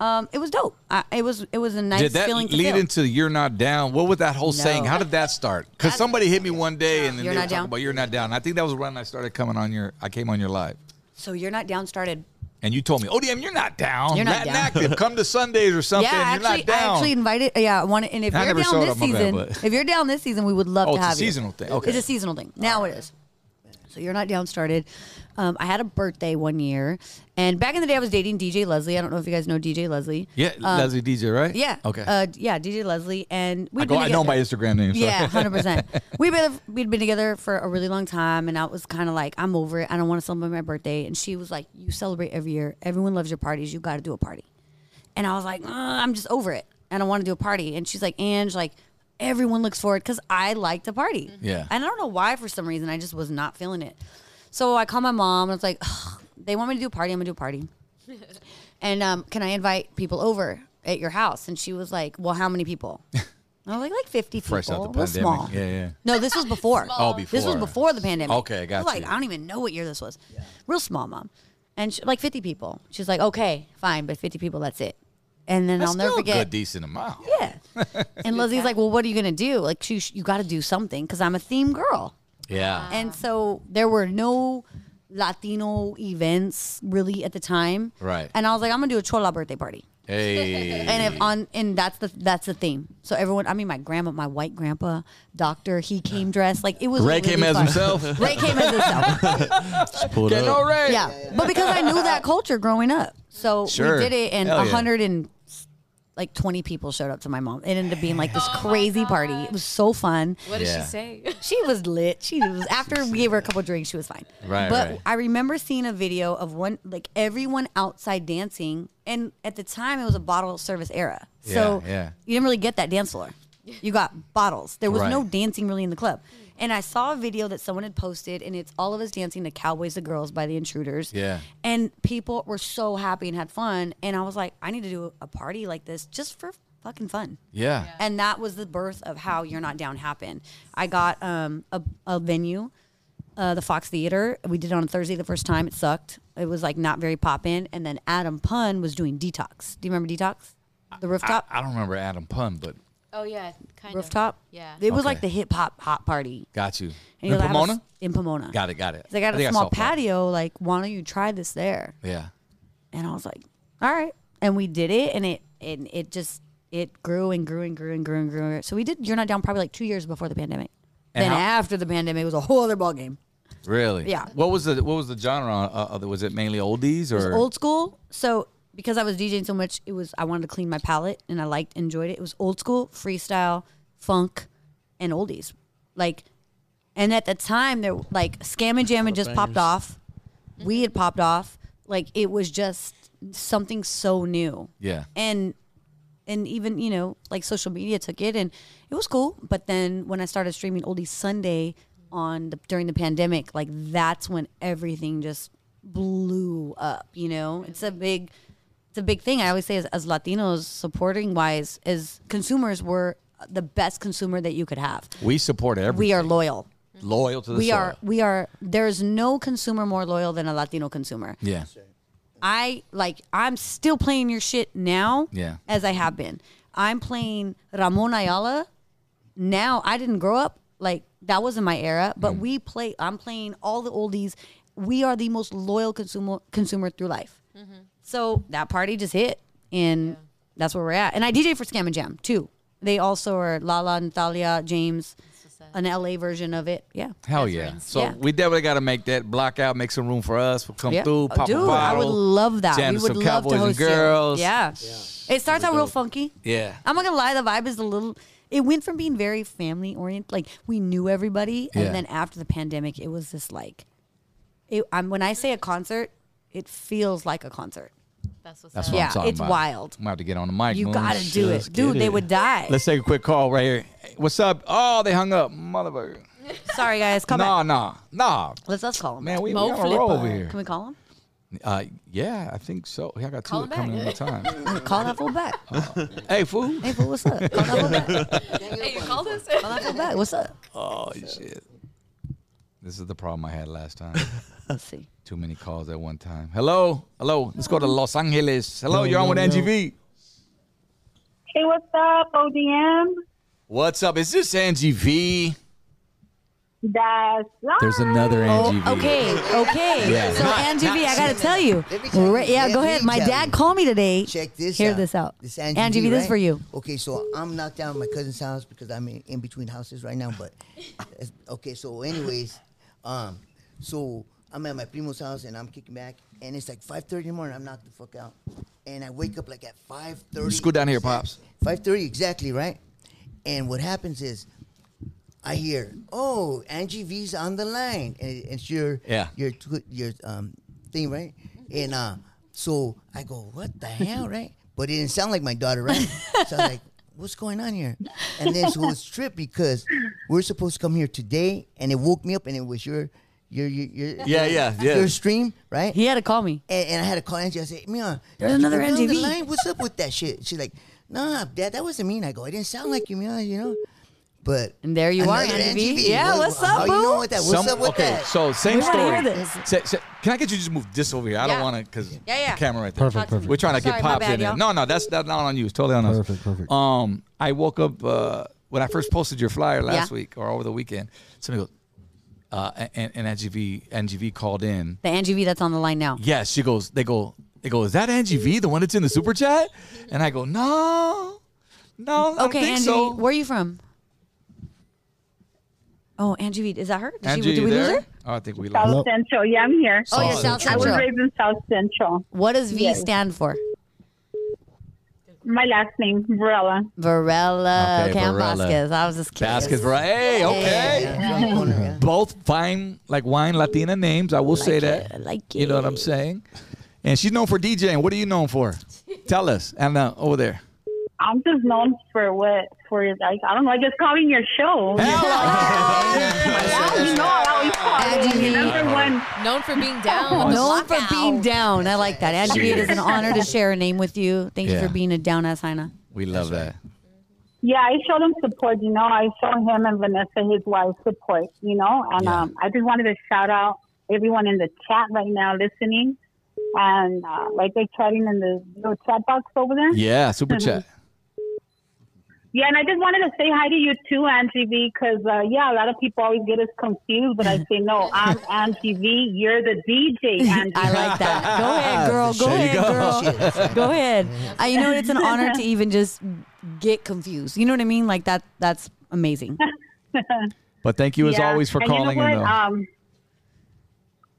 Um, it was dope. I, it was it was a nice Did that feeling to lead feel. into "You're Not Down"? What was that whole No. saying? How did that start? Because somebody hit me one day and then You're they were Not talking Down. about "You're Not Down." I think that was when I started coming on your. I came on your live. so you're not down started. And you told me, "Oh damn, you're not down. You're not Latin down." active. Come to Sundays or something. Yeah, you're actually, not down." I actually invited. Yeah, I wanted. And if I you're never down showed this up, my bad, season, but- if you're down this season, we would love Oh, to it's a have you. seasonal thing. Okay. it's a seasonal thing. Now it is. So you're not down started. Um, I had a birthday one year, and back in the day, I was dating DJ Leslie. I don't know if you guys know DJ Leslie. yeah, Leslie DJ, right? uh, Yeah. Okay. Uh, yeah, DJ Leslie, and we. I, go, I know my Instagram name. So. Yeah, hundred percent. We've been we'd been together for a really long time, and I was kind of like, I'm over it. I don't want to celebrate my birthday. And she was like, You celebrate every year. Everyone loves your parties. You got to do a party. And I was like, "Uh, I'm just over it. I don't want to do a party. And she's like, Ange, like everyone looks forward because I like to party. Mm-hmm. Yeah. And I don't know why for some reason I just was not feeling it. So I called my mom and I was like, "Ugh, They want me to do a party. I'm gonna do a party. and um, can I invite people over at your house? And she was like, Well, how many people? I was like, like 50 Fresh out people. the real pandemic. small. Yeah, yeah. No, this was before. Oh, before. This was before the pandemic. Okay, I got was like, you. I don't even know what year this was. Real small, mom. And she, like 50 people. She's like, okay, fine, but 50 people, that's it. And then That's I'll never still a forget. good decent amount. Yeah. And Leslie's like, well, what are you going to do? Like, she, you got to do something because I'm a theme girl. Yeah. And so there were no Latino events really at the time. Right. And I was like, I'm going to do a Chola birthday party. Hey. And if on and that's the that's the theme. So everyone, I mean, my grandma, my white grandpa, doctor, he came dressed like it was. Ray really came as fun. himself. Ray came as himself. Pulled Get no up. Ray. yeah, but because I knew that culture growing up, so Sure. we did it, and Hell a yeah. hundred and like twenty people showed up to my mom. It ended up being like this crazy party. It was so fun. What did Yeah. she say? She was lit. She was after we gave her a couple drinks, she was fine. Right, But right. I remember seeing a video of one like everyone outside dancing, and at the time it was a bottle service era, so Yeah, yeah. you didn't really get that dance floor. You got bottles. There was no Right. dancing really in the club. And I saw a video that someone had posted, and it's all of us dancing to "Cowboys the Girls" by the Intruders. Yeah. And people were so happy and had fun, and I was like, I need to do a party like this just for fucking fun. Yeah. And that was the birth of how You're Not Down happened. I got um, a, a venue, uh, the Fox Theater. We did it on Thursday the first time. It sucked. It was like not very poppin'. And then Adam Pun was doing Detox. Do you remember Detox? The rooftop? I don't remember Adam Pun, but Oh yeah, kind rooftop? of. Yeah. It was Okay. like the hip hop hot party. got you. And In he was like, I have a Pomona? s- In Pomona. Got it, got it. He's like, I got think a saw small Pomona. patio. Like, why don't you try this there? Yeah. And I was like, all right. And we did it, and it and it just it grew and grew and grew and grew and grew. So we did. You're not down probably like two years before the pandemic. And then how- after the pandemic, it was a whole other ball game. Really? Yeah. What was the what was the genre? Uh, of it? was it mainly oldies or It was old school. So because I was DJing so much, it was I wanted to clean my palate, and I liked enjoyed it. It was old school, freestyle, funk, and oldies. Like, and at the time, there like Scam and Jam had just popped off. We had popped off. Like it was just something so new. Yeah. and and even you know like social media took it and it was cool but then when i started streaming oldie sunday on the, during the pandemic like that's when everything just blew up you know it's a big it's a big thing i always say as, as latinos supporting wise is consumers were the best consumer that you could have We support everything. we are loyal loyal to the we soil. are we are there is no consumer more loyal than a latino consumer Yeah. I like I'm still playing your shit now. Yeah. As I have been. I'm playing Ramon Ayala now. I didn't grow up like that wasn't my era, but we play I'm playing all the oldies. We are the most loyal consumer consumer through life. So that party just hit and that's where we're at. And I DJ for Scam and Jam too. They also are Lala, Natalia, James, an LA version of it. Yeah. Hell yeah. So Yeah. we definitely got to make that block out, make some room for us. We'll come Yeah. Oh, through, pop Dude, a bottle. I would love that. jam we to would some love cowboys to and host you. girls. Yeah. It starts out real funky. Yeah. I'm not gonna lie, the vibe is a little. It went from being very family oriented, like we knew everybody, Yeah. and then after the pandemic, it was just like, it, I'm, when I say a concert, it feels like a concert. That's what's That's up. what Yeah, I'm talking it's about. wild. I'm about to get on the mic. You Moon. gotta do it, dude. get They it. would die. Let's take a quick call right here. Hey, What's up? Oh, they hung up. Motherfucker. Sorry, guys, come Nah, back. nah, nah. Let's let's call him. Man, we, we on Mo a roll Flipper. over here. Can we call him? Uh, yeah, I think so. Yeah, I got Call two him coming in at back. a time. Call that fool back. hey, fool. Hey, fool, what's up? Call that fool back. Call Hey, you called us? that fool back. What's up? Oh shit. This is the problem I had last time. Let's see. Too many calls at one time. Hello, hello. Let's go to Los Angeles. Hello, you're on with NGV. Hey, what's up, ODM? What's up? Is this NGV? That's There's another NGV. Okay, okay. Yeah. So Not- Angie V, not- I gotta tell you. Let me tell Right- yeah, you. go Let ahead. me My tell dad you. called me today. Check this Hear out. this out. This Angie, Angie, V, this right? is for you. Okay, so I'm knocked down at my cousin's house because I'm in, in between houses right now. But it's- okay, so anyways, um, so I'm at my primo's house and I'm kicking back, and it's like 5:30 in the morning. I'm knocked the fuck out, and I wake up like at 5:30. Scoot down here, pops. 5:30 exactly, right? And what happens is, I hear, "Oh, Angie V's on the line," and it- it's your Yeah. your tw- your um thing, right? And uh, so I go, "What the hell?" Right? But it didn't sound like my daughter, right? so I'm like, "What's going on here?" And then so it's tripped because we're supposed to come here today, and it woke me up, and it was your your your, your Yeah, yeah, yeah. your stream, right? He had to call me. and, and I had to call Angie. I said, Mia, There's did you another go down the NGV. line? What's up with that shit? She's like, Nah, Dad, that wasn't me. And I go, I didn't sound like you, Mia, you know. But And there you are, another NGV. Yeah, what's How up, you know boo? what that? What's Some- up with okay, that? so same We wanna story. hear this. Say- say- can I get you to just move this over here? I don't Yeah. want to because Yeah, yeah. camera right there. Perfect, perfect. We're trying to get Sorry, my pops bad, in there. y'all. No, no, that's that's not on you. It's totally on us. Perfect, perfect. Um, I woke up uh, when I first posted your flyer last Yeah. week or over the weekend. Somebody goes, uh, and, and NGV NGV called in. The Angie V that's on the line now. Yes, she goes. They go. They go. Is that NGV the one that's in the super chat? And I go, no, no. I don't Okay, think Angie, so. V, where are you from? Oh, Angie V, is that her? Did, Angie, she, did you we lose there? her? Oh, I think we South lost. Hello? Central. Yeah, I'm here. Oh, Oh, you're South that's I was Central. raised in South Central. What does V Yes. stand for? My last name, Varela. Varela. Okay, Okay, I'm Varela. Vasquez. I was just curious. Baskets, right? Hey, okay. Yeah, around the corner, yeah. both fine like wine Latina names. I will say it, that. I like You know what I'm it. saying? And she's known for DJing. What are you known for? Tell us. And uh, over there. I'm just known for what for like I don't know. I guess calling your show. Yeah, you know I always call it. Angie You're V. number one. Known for being down. Known for being down. I like that. Angie V, it is an Jeez. honor to share a name with you. Thank Yeah. you for being a down ass hyena. We love that. Yeah, I showed him support. You know, I showed him and Vanessa, his wife, support. You know, and Yeah. um, I just wanted to shout out everyone in the chat right now listening, and uh, like they're chatting in the little chat box over there. Yeah, super chat. Yeah, and I just wanted to say hi to you too, Angie V, because uh, yeah, a lot of people always get us confused, but I say no, I'm Angie V. You're the DJ, Angie. I like that. Go ahead, girl. Go There you ahead, girl. Go ahead. I, you know, what? it's an honor to even just get confused. You know what I mean? Like that. That's amazing. But thank you as Yeah. always for And calling You know in. what? Though. Um,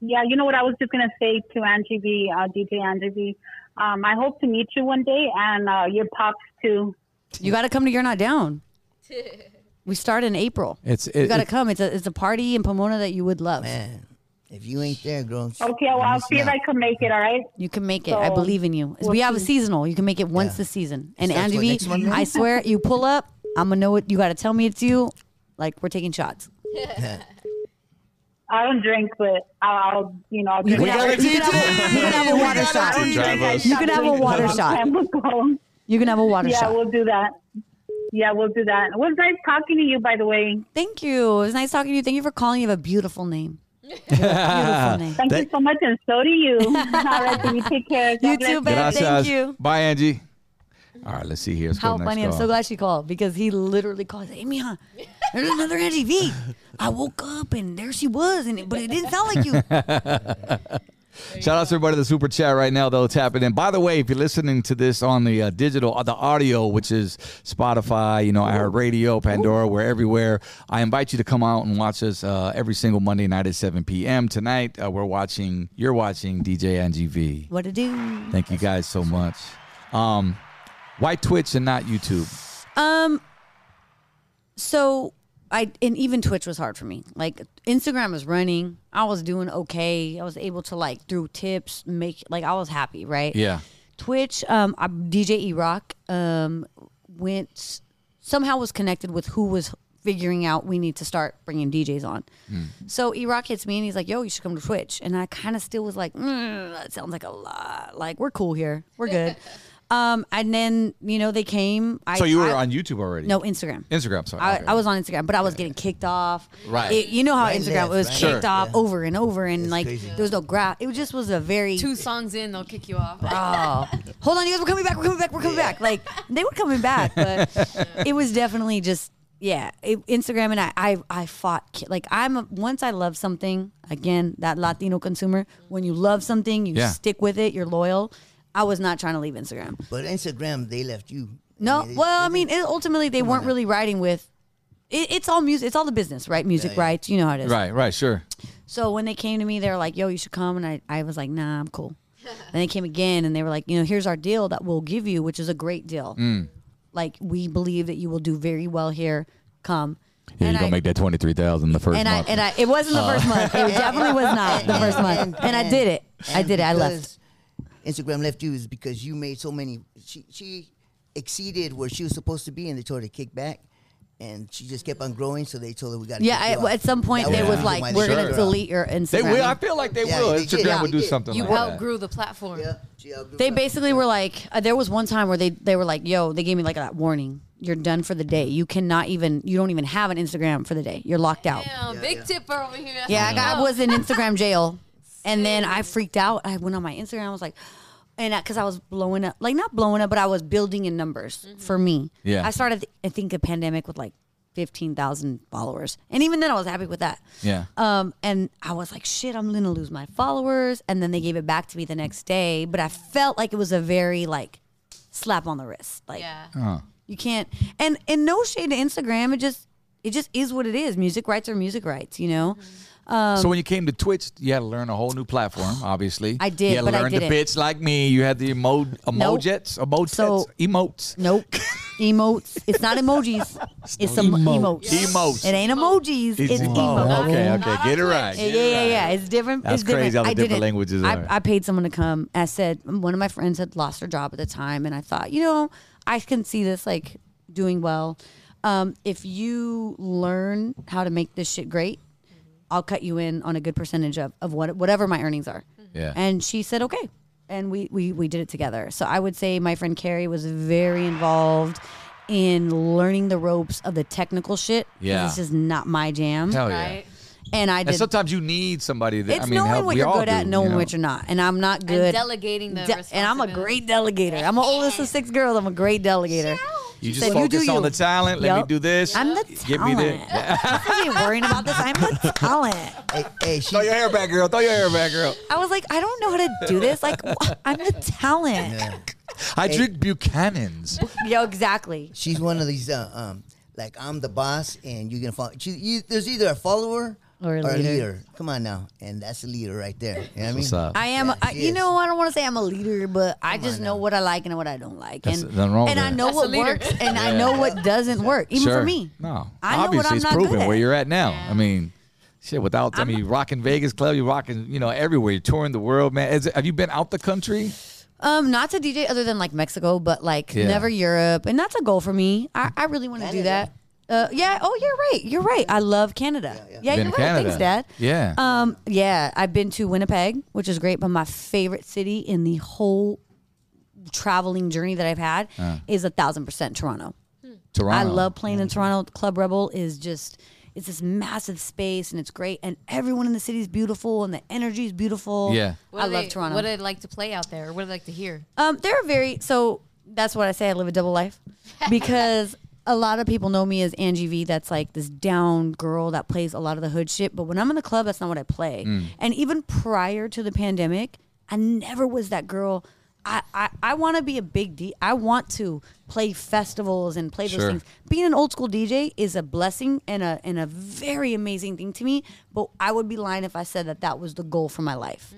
yeah, you know what I was just gonna say to Angie B, uh, DJ Angie B. Um, I hope to meet you one day and uh, your pops too. You got to come to You're Not Down. We start in April. it's you it, got to it- come. It's a it's a party in Pomona that you would love. Man, if you ain't there, girl. Okay, well I'll see if I can make it. All right. You can make it. I So, believe in you. we'll we have a see. seasonal. You can make it once this season. And Starts Angie what, V, next month, I man? swear, you pull up. I'm gonna know it. You got to tell me it's you. Like we're taking shots. I don't drink, but I'll, I'll you know. I'll drink can have a- you can have a- you can have a water shot. DJ. Drive us. You can have a water Long shot. time ago. You can have a water Yeah, shot. we'll do that. Yeah, we'll do that. It was nice talking to you, by the way. Thank you. It was nice talking to you. Thank you for calling. You have a beautiful name. You have a beautiful name. Thank you so much, and so do you. All right, baby, take care. God You bless too, babe. Thank Gracias. you. Bye, Angie. All right, let's see here. Let's How go next funny. I'm call. so glad she called because he literally called. Hey, mija, there's another Angie V. I woke up and there she was, and it, but it didn't sound like you. Shout out to everybody in the super chat right now. They'll tap it in. By the way, if you're listening to this on the uh, digital, uh, the audio, which is Spotify, you know, iHeartRadio, Pandora, we're everywhere. I invite you to come out and watch us uh, every single Monday night at 7 p.m. Tonight, uh, we're watching. You're watching DJ NGV. What to do? Thank you guys so much. Um, why Twitch and not YouTube? Um. So I and even Twitch was hard for me. Like Instagram was running. I was doing okay. I was able to like through tips make like I was happy, right? Yeah. Twitch. Um, I, DJ E Rock. Um, went somehow was connected with who was figuring out we need to start bringing DJs on. Hmm. So E Rock hits me and he's like, "Yo, you should come to Twitch." And I kind of still was like, mm, "That sounds like a lot. Like we're cool here. We're good." um, and then you know they came. I, So you were I- on YouTube already? no, Instagram. Instagram. Sorry. I, Okay. I was on Instagram, but I was getting kicked off. Right. It- you know how Right, Instagram left, was right. kicked Sure. off over and over, and like there was no graph. It just was a very. Two songs in, they'll kick you off. Oh, hold on, you guys! We're coming back. We're coming back. We're coming back. Like they were coming back, but it was definitely just yeah. It, Instagram and I, I, I fought. ki- Like I'm a, once I love something again. That Latino consumer, when you love something, you Yeah. stick with it. You're loyal. I was not trying to leave Instagram. But Instagram, they left you. No, I mean, they- well, I mean, it, ultimately they weren't really riding with. It, it's all music. It's all the business, right? Music rights. You know how it is. Right. Right. Sure. So when they came to me, they were like, "Yo, you should come," and I, I was like, "Nah, I'm cool." and they came again, and they were like, "You know, here's our deal that we'll give you, which is a great deal. Mm. Like we believe that you will do very well here. Come." Yeah, and you're gonna I, make that twenty three thousand the first and I month. Uh. and I it wasn't the first month. It definitely was not the first month. And I did it. I did it. I left. because Instagram left you is because you made so many. She she exceeded where she was supposed to be, and they told her to kick back, and she just kept on growing. So they told her we got. Yeah, I, at some point That they was was the reason why like, they "We're shut gonna her up. delete your Instagram." they will. I feel like they Yeah, will. they did. Instagram Yeah, will they do did. something. you like that. outgrew the platform. Yeah, she outgrew They her. basically were like, uh, there was one time where they they were like, "Yo," they gave me like that warning. You're done for the day. You cannot even. You don't even have an Instagram for the day. You're locked out. Damn, big tipper over here. That's Yeah, I, what got, I know. was in Instagram jail, and then I freaked out. I went on my Instagram. I was like, and because I, was blowing up, like not blowing up, but I was building in numbers for me. Yeah. I started. I think a pandemic with like fifteen thousand followers, and even then I was happy with that. Yeah. Um, and I was like, shit, I'm gonna lose my followers, and then they gave it back to me the next day. But I felt like it was a very like slap on the wrist, like. Yeah. You can't. And and no shade to Instagram. It just it just is what it is. Music rights are music rights. You know. Um, so when you came to Twitch, you had to learn a whole new platform. Obviously, I did, You had to but I learn didn't. the bits like me. You had the emo Nope. emojets, emojets, So- emotes. Nope. emotes. It's not emojis. It's, some emotes. emotes. Emotes. It ain't emojis. It's, emotes. Oh, okay, Not okay, get it right. Yeah, yeah, yeah. It's different. That's it's different. crazy how the I different didn't- languages I, are. I paid someone to come. I said one of my friends had lost her job at the time, and I thought, you know, I can see this like doing well. Um, if you learn how to make this shit great, I'll cut you in on a good percentage of, of what whatever my earnings are. Yeah. And she said, okay. and we, we we did it together. So I would say my friend Carrie was very involved in learning the ropes of the technical shit. 'cause Yeah. this is not my jam, Hell yeah. right? and I And did. sometimes you need somebody that It's I mean, knowing help. what we you're all good do, at, knowing you know? what you're not, and I'm not good. And delegating the de- and I'm a responsibility. great delegator. I'm the oldest of six girls. I'm a great delegator. You She just said, focus do on the you." talent. Let Yup. me do this. I'm the Give me talent. the. I'm fucking worrying about this. I'm the talent. Hey, hey, she, Throw your hair back, girl. Throw your hair back, girl. I was like, I don't know how to do this. Like, wh- I'm the talent. I drink Buchanan's. Yo, exactly. she's one of these. Uh, um, like I'm the boss, and you're gonna follow. She, you, there's either a follower Or a leader. leader. Come on now, and that's a leader right there. You know what I mean? What's up? I am. Yeah, I, she you is. know, I don't want to say I'm a leader, but I just know what I like and what I don't like, That's- and nothing wrong and with I that. know That's what a leader. works and I know what doesn't work, even sure. for me. No. I know what Obviously, I'm it's not proven good at. where you're at now. I mean, shit, without, i I'm- mean, you're rocking Vegas Club, you're rocking, you know, everywhere. You're touring the world, man. Is it- have you been out the country? Um, not to DJ other than like Mexico, but like Yeah. never Europe, and that's a goal for me. I, I really want to do that. Uh, yeah. Oh, you're right. You're right. I love Canada. Yeah, Been you're to right. Canada. Thanks, Dad. Yeah. Um, yeah, I've been to Winnipeg, which is great, but my favorite city in the whole traveling journey that I've had Uh. is a thousand percent Toronto. Toronto. I love playing in Toronto. Club Rebel is just it's this massive space and it's great and everyone in the city is beautiful and the energy is beautiful. Yeah. What I do love they- Toronto. What do they like to play out there? What do they like to hear? Um, they're very so. That's what I say. I live a double life because a lot of people know me as Angie V. That's like this down girl that plays a lot of the hood shit. But when I'm in the club, that's not what I play. Mm. And even prior to the pandemic, I never was that girl. I, I, I want to be a big D. I want to play festivals and play those Sure. things. Being an old school DJ is a blessing and a and a very amazing thing to me. But I would be lying if I said that that was the goal for my life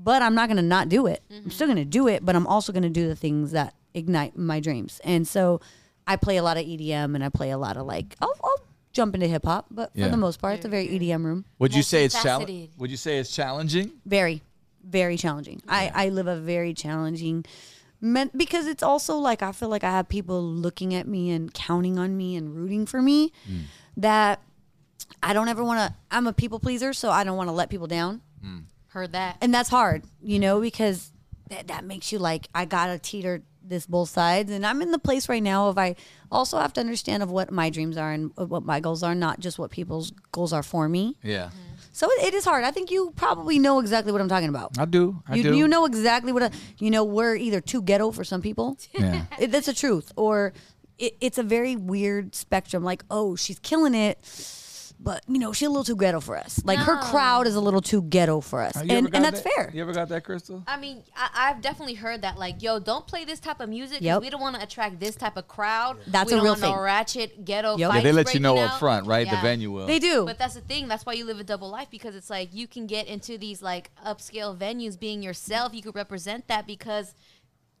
but I'm not gonna not do it. I'm still gonna do it, but I'm also gonna do the things that ignite my dreams. And so I play a lot of EDM and I play a lot of like I'll, I'll jump into hip hop, but Yeah. for the most part, it's a very EDM room. Would you say it's challenging? Multifaceted. Would you say it's challenging? Very, very challenging. I I live a very challenging. Men, because it's also like I feel like I have people looking at me and counting on me and rooting for me that I don't ever want to. I'm a people pleaser, so I don't want to let people down Heard that. and that's hard, you know, because that, that makes you like I gotta teeter this both sides, and I'm in the place right now of I also have to understand of what my dreams are and what my goals are, not just what people's goals are for me. Yeah. So it, it is hard. I think you probably know exactly what I'm talking about. I do. I you, do. you know exactly what I, you know. We're either too ghetto for some people. Yeah. It- that's the truth, or it, it's a very weird spectrum. Like, oh, she's killing it. But you know she's a little too ghetto for us. Like her crowd is a little too ghetto for us, Have and you ever and got that's that- fair. You ever got that, Crystal? I mean, I, I've definitely heard that. Like, yo, don't play this type of music. 'cause Yep. We don't want to attract this type of crowd. we That's a don't real want no thing. ratchet ghetto. Yep. Yeah, Yeah, fights they let you breaking know out. up front, right? The Yeah. venue will. They do. But that's the thing. That's why you live a double life because it's like you can get into these like upscale venues being yourself. You could represent that because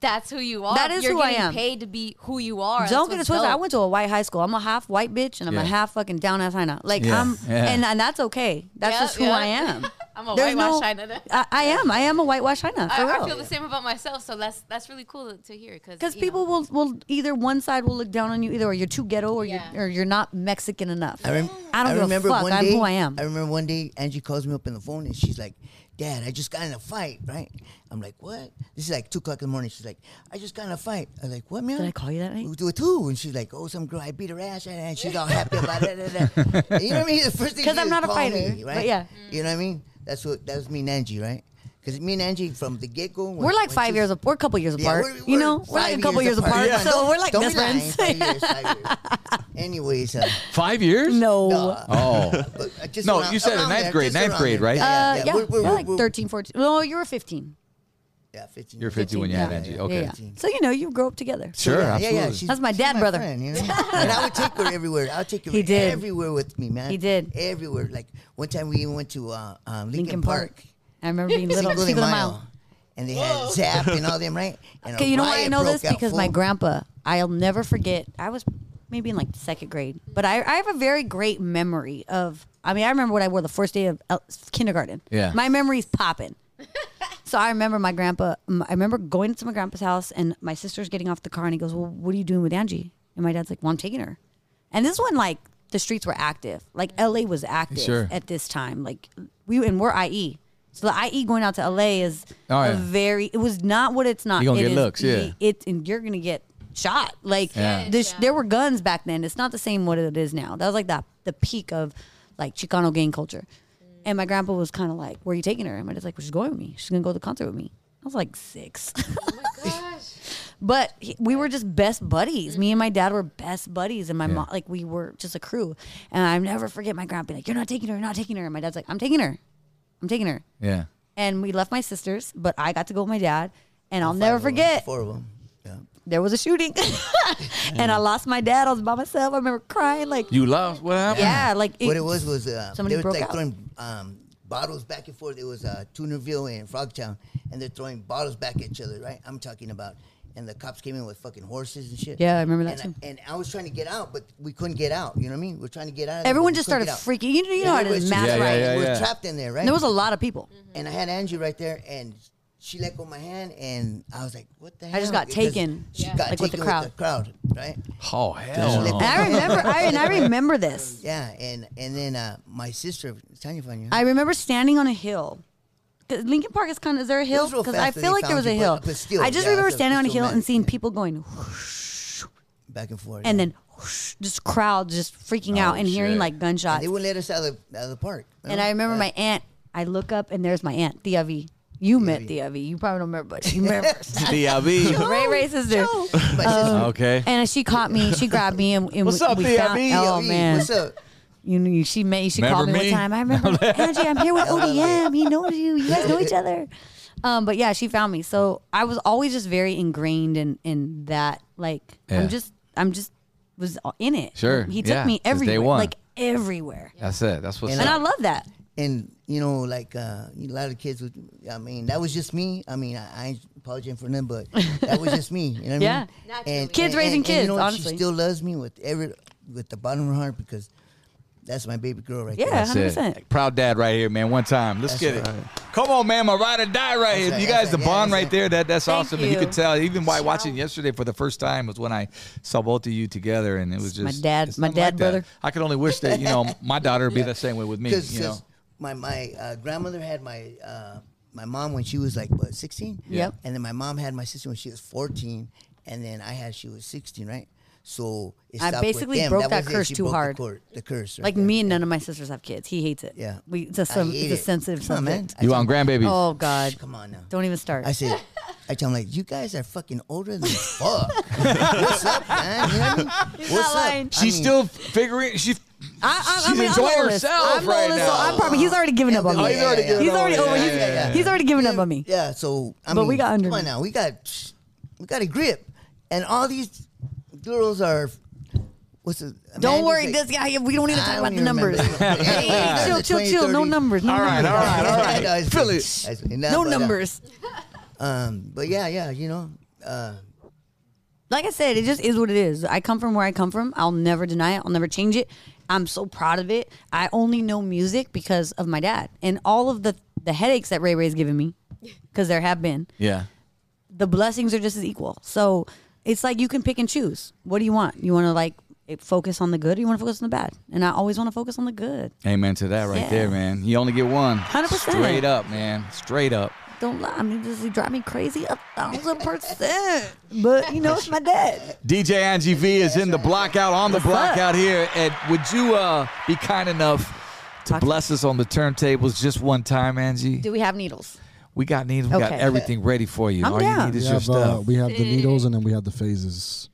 that's who you are. That is You're who I getting am. Paid to be who you are. That's Don't get it what's twisted. I dope. went to a white high school. I'm a half white bitch and I'm Yeah. a half fucking down ass China. Like Yeah, I'm, yeah. and, and that's okay. That's Yep, just who yep. I am. I'm a There's whitewash no- China. I, I am. I am a whitewash China. I, For I real. feel the same about myself. So that's that's really cool to hear because because people will, will either one side will look down on you either or you're too ghetto or Yeah. you're or you're not Mexican enough. I, rem- don't give a fuck. I'm day, who I am. I remember one day Angie calls me up on the phone and she's like, Dad, I just got in a fight, right? I'm like, What? This is like two o'clock in the morning. She's like, I just got in a fight. I'm like, What man? Did I call you that night? Do it too. And she's like, Oh, some girl, I beat her ass and she's all happy about it. da, da, da." you know what I mean? The first thing 'Cause she I'm did not a was call me, fighter, but right? yeah. You know what I mean? That's what that was me and Angie, right? Because me and Angie from the get go We're like five years. Apart. We're a couple years yeah, apart. we're- you we're know, we're like five a couple years, apart. Yeah. So Don't- we're like don't best be lying. friends. Five years, five years. Anyways, uh, Five years? no. No. Oh. but I just No, around- you said in around ninth there, grade, just ninth around grade, there. right? Uh, Yeah, yeah, yeah, we're- we're- you're like we're- 13, 14. No, you were 15. yeah, 15. You're 50 when you had Angie. Yeah, Okay. yeah. So, you know, you grow up together. Sure, yeah, absolutely. Yeah, yeah, she's- That's my she's dad brother. friend, you know? and I would take her everywhere. I would take her He did. everywhere with me, man. He did. Everywhere. Like one time we even went to uh, um, Lincoln, Lincoln Park. Park. I remember being little. Cinco de Cinco de Mayo. Mayo. And they had Zap and all them, right? And a Okay, you know why I riot know broke this? out, Because my fool. grandpa, I'll never forget. I was maybe in like second grade, but I, I have a very great memory of. I mean, I remember what I wore the first day of el- kindergarten. Yeah. My memory's popping. so I remember my grandpa, m- I remember going to my grandpa's house and my sister's getting off the car and he goes, Well, what are you doing with Angie? And my dad's like, Well, I'm taking her. And this one, like, the streets were active. Like, LA was active Sure. at this time. Like, we, and we're IE. So the IE going out to LA is Oh, yeah. a very. It was not what it's not. You're gonna It get is looks, yeah. the- It and you're gonna get shot. Like Yeah. this, there were guns back then. It's not the same what it is now. That was like that the peak of like Chicano gang culture. Mm. And my grandpa was kind of like, "Where are you taking her?" And my dad's like, well, "She's going with me. She's gonna go to the concert with me." I was like six. Oh But he, we were just best buddies. Me Mm-hmm. and my dad were best buddies, and my mom, like, we were just a crew. And I never forget my grandpa being like, "You're not taking her, you're not taking her." And my dad's like, "I'm taking her, I'm taking her." Yeah. And we left my sisters, but I got to go with my dad. And I'll never forget Four of them. Yeah. there was a shooting, and I lost my dad. I was by myself. I remember crying, like, You lost? What happened? yeah, like What it was was uh, Somebody they were broke like out. throwing um, bottles back and forth. It was uh, Tunerville and Frogtown, and they're throwing bottles back at each other. Right, I'm talking about. And the cops came in with fucking horses and shit. Yeah, I remember that and too. I, and I was trying to get out, but we couldn't get out. You know what I mean? We're trying to get out. Of there, Everyone but we just couldn't started freaking. get out. You know, you know how it is, Everybody's math, Yeah, yeah, right? yeah, We're yeah. trapped in there, right? There was a lot of people. and I had Angie right there, and she let go of my hand, and I was like, "What the hell?" I just got Because taken, She Yeah. got like, taken with the with the crowd, right? Oh, hell Damn. no. And I remember, I, and I remember this. Yeah, and and then uh, my sister Tanya Fanya. I remember standing on a hill. 'Cause Lincoln Park is kind of is there a hill? was real Because fast I that feel they like there found was a you, hill. but- but still, I just yeah, remember it's a- standing on a it's a hill mess, and seeing yeah. people going, back and forth, and yeah. then whoosh, just crowd just freaking out and hearing shit. like gunshots. Oh, they wouldn't let us out of the, out of the park. you and know? I remember Oh, Yeah. my aunt. I look up and there's my aunt, Thea V. You met Thea V. You probably don't remember, but you remember. DIV. Ray Ray's sister. my Oh, sister. Okay. And she caught me. She grabbed me and, and What's we, up, we Thea found. V? Oh Hey, man, E what's up? You knew she made she called me, Remember me? one time. I remember Angie, I'm here with ODM. He knows you. You guys know each other. Um, but yeah, she found me. So I was always just very ingrained in in that. Like Yeah. I'm just I'm just was in it. Sure. He took Yeah. me Since day everywhere. one. Like everywhere. That's it. That's what's And And I up. love that. And you know, like uh, a lot of kids. Would, I mean, that was just me. I mean, I, I ain't apologizing for nothing, but that was just me. You know what Yeah. I mean? Naturally. Kids raising you kids, know, honestly. she still loves me with every with the bottom of her heart because that's my baby girl right there. Yeah, That's it. hundred percent. Proud dad right here, man. One time. Let's get it. Come on, man. My ride or die right here. right, you that's guys, the right. Yeah, bond that's right right. there. That that's Thank awesome. And you you. could tell even why watching yesterday for the first time was when I saw both of you together, and it was My just dad- it's my nothing dad like that. brother. I could only wish that you know my daughter would be the same way with me. Because You know. my my uh, grandmother had my uh, my mom when she was like what sixteen. Yep. And then my mom had my sister when she was fourteen, and then I had she was sixteen, right? So it I stopped with basically them. broke was that it. curse She too broke the hard. cor- The, curse, right Like there. me and none of my sisters have kids. He hates it. Yeah. We it's a, I some, hate it's a it. sensitive Come on, man. subject. You on grandbaby? Oh God. Come on now. Don't even start. I said, I tell him like, you guys are fucking older than fuck. What's up, man? You know what I mean? What's not up? lying. I She's mean, still figuring. She I, I, I She's mean, enjoying I'm the oldest. herself I'm right the oldest, now. So I'm probably he's already given up on me. Oh, he's already given He's up already on you. over. Yeah, he's, yeah, yeah. he's already given up on me. Yeah, so I But mean, we got under Come on me. now, we got we got a grip, and all these girls are. What's it? Don't worry, this guy. We don't even I talk don't about the even remember. numbers. Yeah. chill, chill, chill. No 20, numbers. No All right, numbers. all right, all right. Fill it. No uh, numbers. Um, but yeah, yeah, you know, uh, Like I said, it just is what it is. I come from where I come from. I'll never deny it. I'll never change it. I'm so proud of it. I only know music because of my dad and all of the the headaches that Ray Ray's given me, because there have been. yeah. the blessings are just as equal. So it's like you can pick and choose. What do you want? You want to like it- focus on the good, or you want to focus on the bad? And I always want to focus on the good. Amen to that right Yeah. there, man. You only get one. 100%. Straight up, man. Straight up. Don't lie. I mean, does he drive me crazy? A thousand percent. But you know, it's my dad. DJ Angie V is in the block out on the What's block up? out here. And would you uh, be kind enough to Talk- bless us on the turntables just one time, Angie? Do we have needles? We got needles. We got Okay. everything ready for you. I'm All you down. need We is your have, uh, stuff. we have the needles and then we have the phases.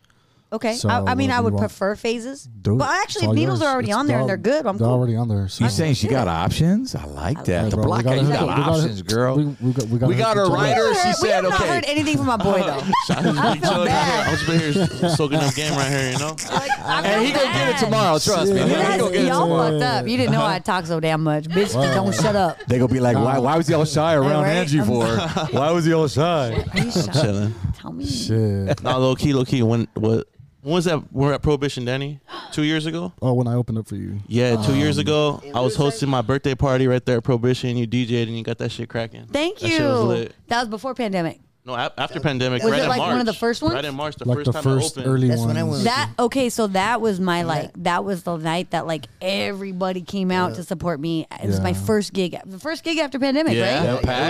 Okay. So, I, I mean, what I do you would want? prefer phases. Do it. but It's actually, all needles yours. are already It's- on there they're and they're al- good. I'm they're cool. already on there. So you saying she got options? I like that. Hey, the bro, we block out, gotta you hook got up. We gotta- options, girl. We, we got, we got, We got her We right haven't Later, she heard- we said, have not okay. heard anything from my boy though. I just been chilling out here. bad. I was been here soaking up game right here, you know. Like, I feel And he gonna get bad. it tomorrow, trust me. Yeah. He You gonna guys, get it y'all tomorrow. fucked up. You didn't know I talk so damn much, bitch. Wow. Don't shut up. They gonna be like, why? Why was y'all shy around Right? Angie for? why was y'all shy? Are you shut up? Chilling. Tell me. Shit. Nah, low key, low key. When what? When was that? We're at Prohibition, Danny. Two years ago. Oh, when I opened up for you. Yeah, two years ago, I was hosting my birthday party right there at Prohibition. You DJ'd and you got that shit cracking. Thank That shit was you. lit. That was before pandemic. No, a- after pandemic, Was right it in like March. one of the first ones? Right in March, the like first the time first it opened. early That's ones. when I was- That okay, so that was my like that was the night that like everybody came out to support me. It was my Yeah. first gig, the first gig after pandemic, yeah, right? it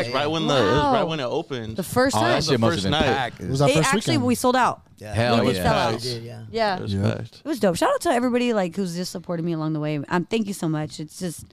was right when the it was right Wow. when it opened. The first Oh, time. that shit must have first been night. packed. It was that it first actually weekend. we sold out. Hell we did sell yeah. out. Yeah, yeah. Yeah. It was Yeah. packed. It was dope. Shout out to everybody like who's just supporting me along the way. Um, thank you so much. It's just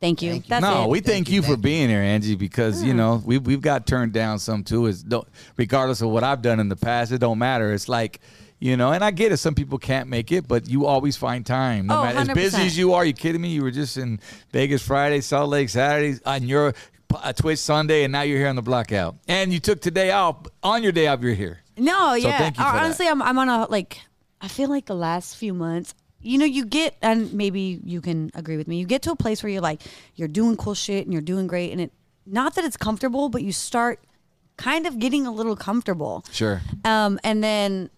thank you. Mm. That's no, it. we thank, you, for being here, Angie, because you know we we've got turned down some too. Is don't regardless of what I've done in the past, it don't matter. It's like you know, and I get it. Some people can't make it, but you always find time. No Oh, matter as busy 100%. as you are, you kidding me? You were just in Vegas Friday, Salt Lake Saturday, on your uh, Twitch Sunday, and now you're here on the blackout. And you took today off on your day off. You're here. No, So yeah. thank you Uh, for that. Honestly, I'm I'm on a like I feel like the last few months, you know, you get and maybe you can agree with me. You get to a place where you're like you're doing cool shit and you're doing great and it not that it's comfortable, but you start kind of getting a little comfortable. Sure. Um and then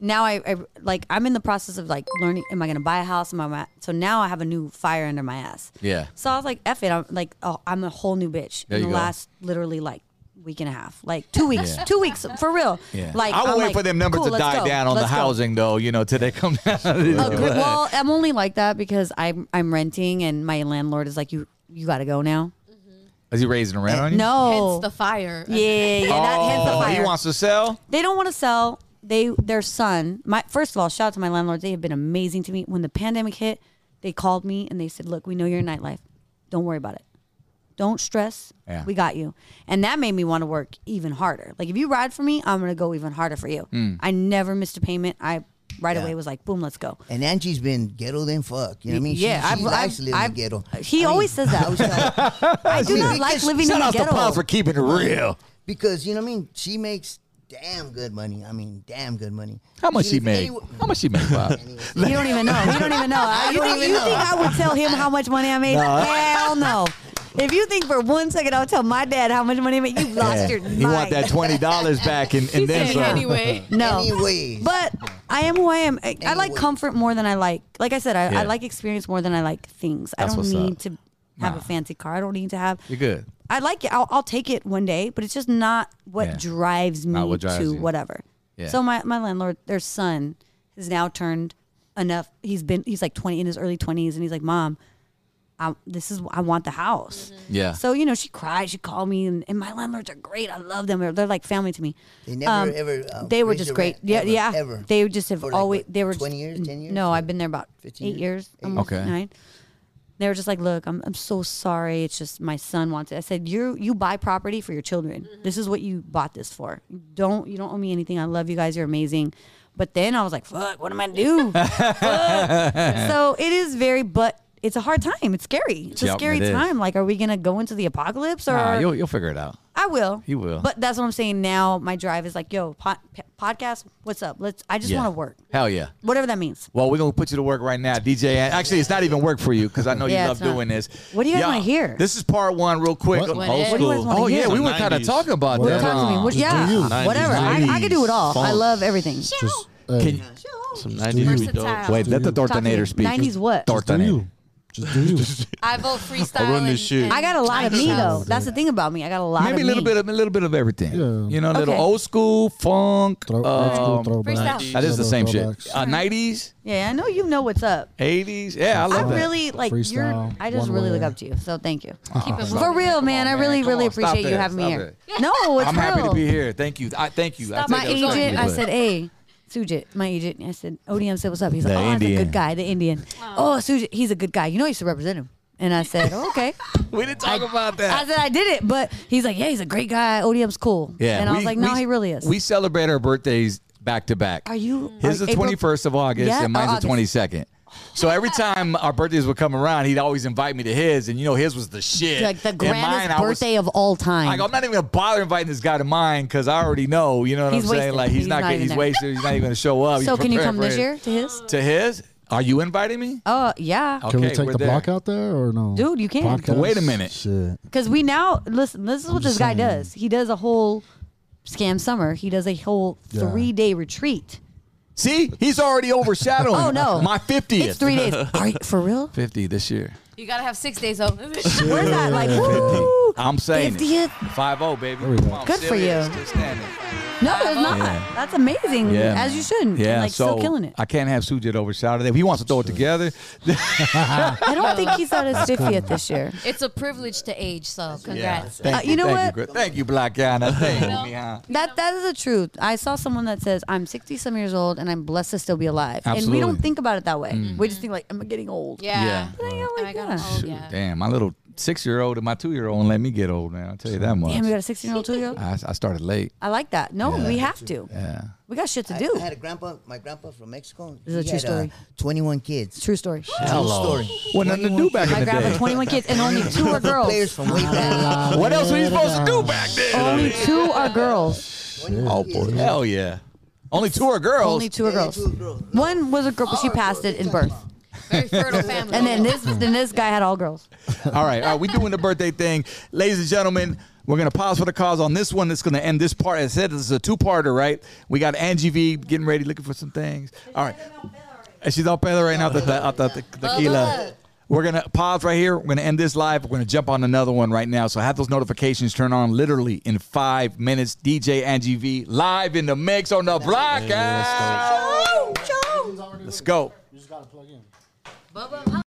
now I, I like I'm in the process of like learning am I going to buy a house am I gonna- so now I have a new fire under my ass. Yeah. So I was like F it I'm like oh I'm a whole new bitch There in you the go. last literally like week and a half like 2 weeks 2 weeks for real. Yeah. Like I will I'm wait like, for them numbers cool, to let's die go, down on let's the go. Oh, housing, though. You know, till they come down. Agree- well, I'm only like that because I'm I'm renting and my landlord is like you you got to go now. Is he raising rent on you? Uh, No. Hence the fire. yeah, yeah, yeah, that hence the Oh, fire. he wants to sell. they don't want to sell. They their son. My first of all, shout out to my landlords. They have been amazing to me. When the pandemic hit, they called me and they said, "Look, we know you're in nightlife. Don't worry about it. Don't stress. Yeah. We got you." And that made me want to work even harder. Like if you ride for me, I'm gonna go even harder for you. I never missed a payment. I right away was like, "Boom, let's go." And Angie's been ghetto than fuck. You know what I mean? She- Yeah, she I've- likes I've- living I've- ghetto. he I mean, always says that. I always tell her, I do mean, not we like just- living in Shout the out to Paul for ghetto. keeping it real. because you know what I mean. She makes damn good money. I mean, damn good money. How much he lives made? anywhere- How much he made, Bob? You don't even know. You don't even know. I, you don't think, even you know. think I would tell him how much money I made? Hell no. If you think for one second I'll tell my dad how much money I made, you've lost your mind. He want that twenty dollars back and, and then Then, some. anyway, no. Anyways. But I am who I am. I, I like Anyway. comfort more than I like. Like I said, I, Yeah. I like experience more than I like things. That's I don't what's need up. to have Nah. a fancy car. I don't need to have. You're good. I like it. I'll, I'll take it one day, but it's just not what Yeah. drives me Not what drives to you. whatever. Yeah. So my, my landlord, their son, has now turned enough. He's been he's like twenty in his early twenties, and he's like, "Mom, I, this is I want the house." Yeah. So you know, she cried. She called me, and, and my landlords are great. I love them. They're, they're like family to me. They never, Um, ever, uh, they were raised just your great. rent, Yeah, ever, yeah. ever. They just have For like, always. what, they were 20 years, 10 years, No, I've been there about 15 eight years. years? almost Okay. nine. They were just like, "Look, I'm, I'm so sorry. It's just my son wants it." I said, "You you buy property for your children. Mm-hmm. This is what you bought this for. You Don't you don't owe me anything. I love you guys. You're amazing." But then I was like, "Fuck, what am I do?" Fuck. so it is very, but it's a hard time. It's scary. It's Yep, a scary it is. time. Like, are we gonna go into the apocalypse or? Nah, you'll, you'll figure it out. I will. You will. But that's what I'm saying. Now my drive is like, yo, pod, p- podcast. What's up? Let's. I just Yeah. want to work, Hell yeah. whatever that means. Well, we're gonna put you to work right now, DJ. An- Actually, it's not even work for you because I know Yeah, you love it's not. doing this. What do you guys Y'all, wanna hear? This is part one, real quick. What? What Old is- do you guys school. wanna Oh yeah, hear? we were kind of 90s. talking about What that. talks to me? What- Just do you. yeah, 90s, whatever. I, I could do it all. I phones. love everything. Just, hey, Can- Some 90s we dope. Versatile. Wait, let the Talk to me. Dortonator speak. 90s what? just do Dortonator. you. Just do you. I vote freestyle. I run and- this shit. and I got a lot of me nineties. though. That's the thing about me. I got a lot. Maybe of a little me. bit of a little bit of everything. Yeah. You know, a little Okay. old school funk. Throw, old school um, throwbacks. freestyle. that is the same shit. Throwbacks. Uh, 90s, Yeah, I know you know what's up. 80s. Yeah, I I love that. really like you're. Freestyle, I just one really way. look up to you. So thank you. Keep it For moving. real, man. I man. really, Come really on, stop appreciate you it, having me stop here. No, it's I'm real. happy to be here. Thank you. I thank you. I Stop take my that Sorry. agent, I responsibility. said, "Hey, Sujit, my agent." I said, "ODM said, what's up?" He's like, The "Oh, he's a Indian. good guy, the Indian." Oh, Sujit, he's a good guy. You know, I used to represent him. And I said, "Oh, "Okay." we didn't talk about I that. said, "I did it," but he's like, "Yeah, he's a great guy. ODM's cool." yeah, And I was we- like, "No, we- he really is." We celebrate our birthdays back to back. Are you- His are is the April- 21st of August Yeah, and or mine's the August. 22nd. So every time our birthdays would come around, he'd always invite me to his, and you know his was the shit. like the And mine, grandest I was- birthday of all Like, time. I'm not even gonna bother inviting this guy to mine because I already know. You know what He's I'm saying? wasted. Like he's, He's not, not gonna- even he's there. wasted. He's not even gonna show up. He's so can you preparing come for this his- year to his? To his? Are you inviting me? Oh yeah, Can we Okay, take we're the there. block out there or no? Dude, you can. Podcast? Wait a minute. Shit. because we now listen. This is what this just guy saying. does. He does a whole scam summer. He does a whole Yeah. three day retreat. See, he's already overshadowing. Oh, no. my 50th. It's three days. Are you for real? 50 this year. You gotta have six days off. Where's that? Like, woo! I'm saying 50th. Five zero, baby. we go. Come on, Good for serious, you. just standing. No, there's not. Yeah. That's amazing. Yeah, As man. you should. Yeah, like, so still killing it. I can't have Sujit over Saturday. If he wants to throw it together, I don't think he's at his 50th this year. It's a privilege to age, so congrats. thank Uh, you know thank what? You, Gr- thank you, Black Yana. Thank you, Mija. That that is the truth. I saw someone that says, "I'm 60 some years old and I'm blessed to still be alive." And we Absolutely. Mm. don't think about it that way. We just think like, "I'm getting old." Yeah. Yeah. But I got And like I got that. old, Shoot, yeah. Damn, my little six year old and my two year old let me get old now. I'll tell you that much. Damn, we got a 16 year old two year old. I, I started late. I like that. No, we have to. Yeah. We got shit to I, do. I had a grandpa, my grandpa from Mexico. This is he a true had, story. uh, 21 kids. True story. Hello. Well, nothing to do back in My the grandma, day. 21 kids, and only two are Players girls. from way back. What else were you supposed to do back then? Only two are girls. Oh boy, hell yeah! Only two are girls. Only two are girls. Two girls. One was a girl, but she passed it in birth. Very fertile family. And then this, then this guy had all girls. All right, all right. We're doing the birthday thing, ladies and gentlemen. We're gonna pause for the cause on this one. It's gonna end this part. As I said, this is a two-parter, right? We got Angie V getting ready, looking for some things. All right, And she's all better right now. Oh, The, the, out the, the tequila. We're gonna pause right here. We're gonna end this live. We're gonna jump on another one right now. So have those notifications turn on literally in five minutes. DJ Angie V live in the mix on the block. let's guys. Let's go. You just gotta plug in. Bubba,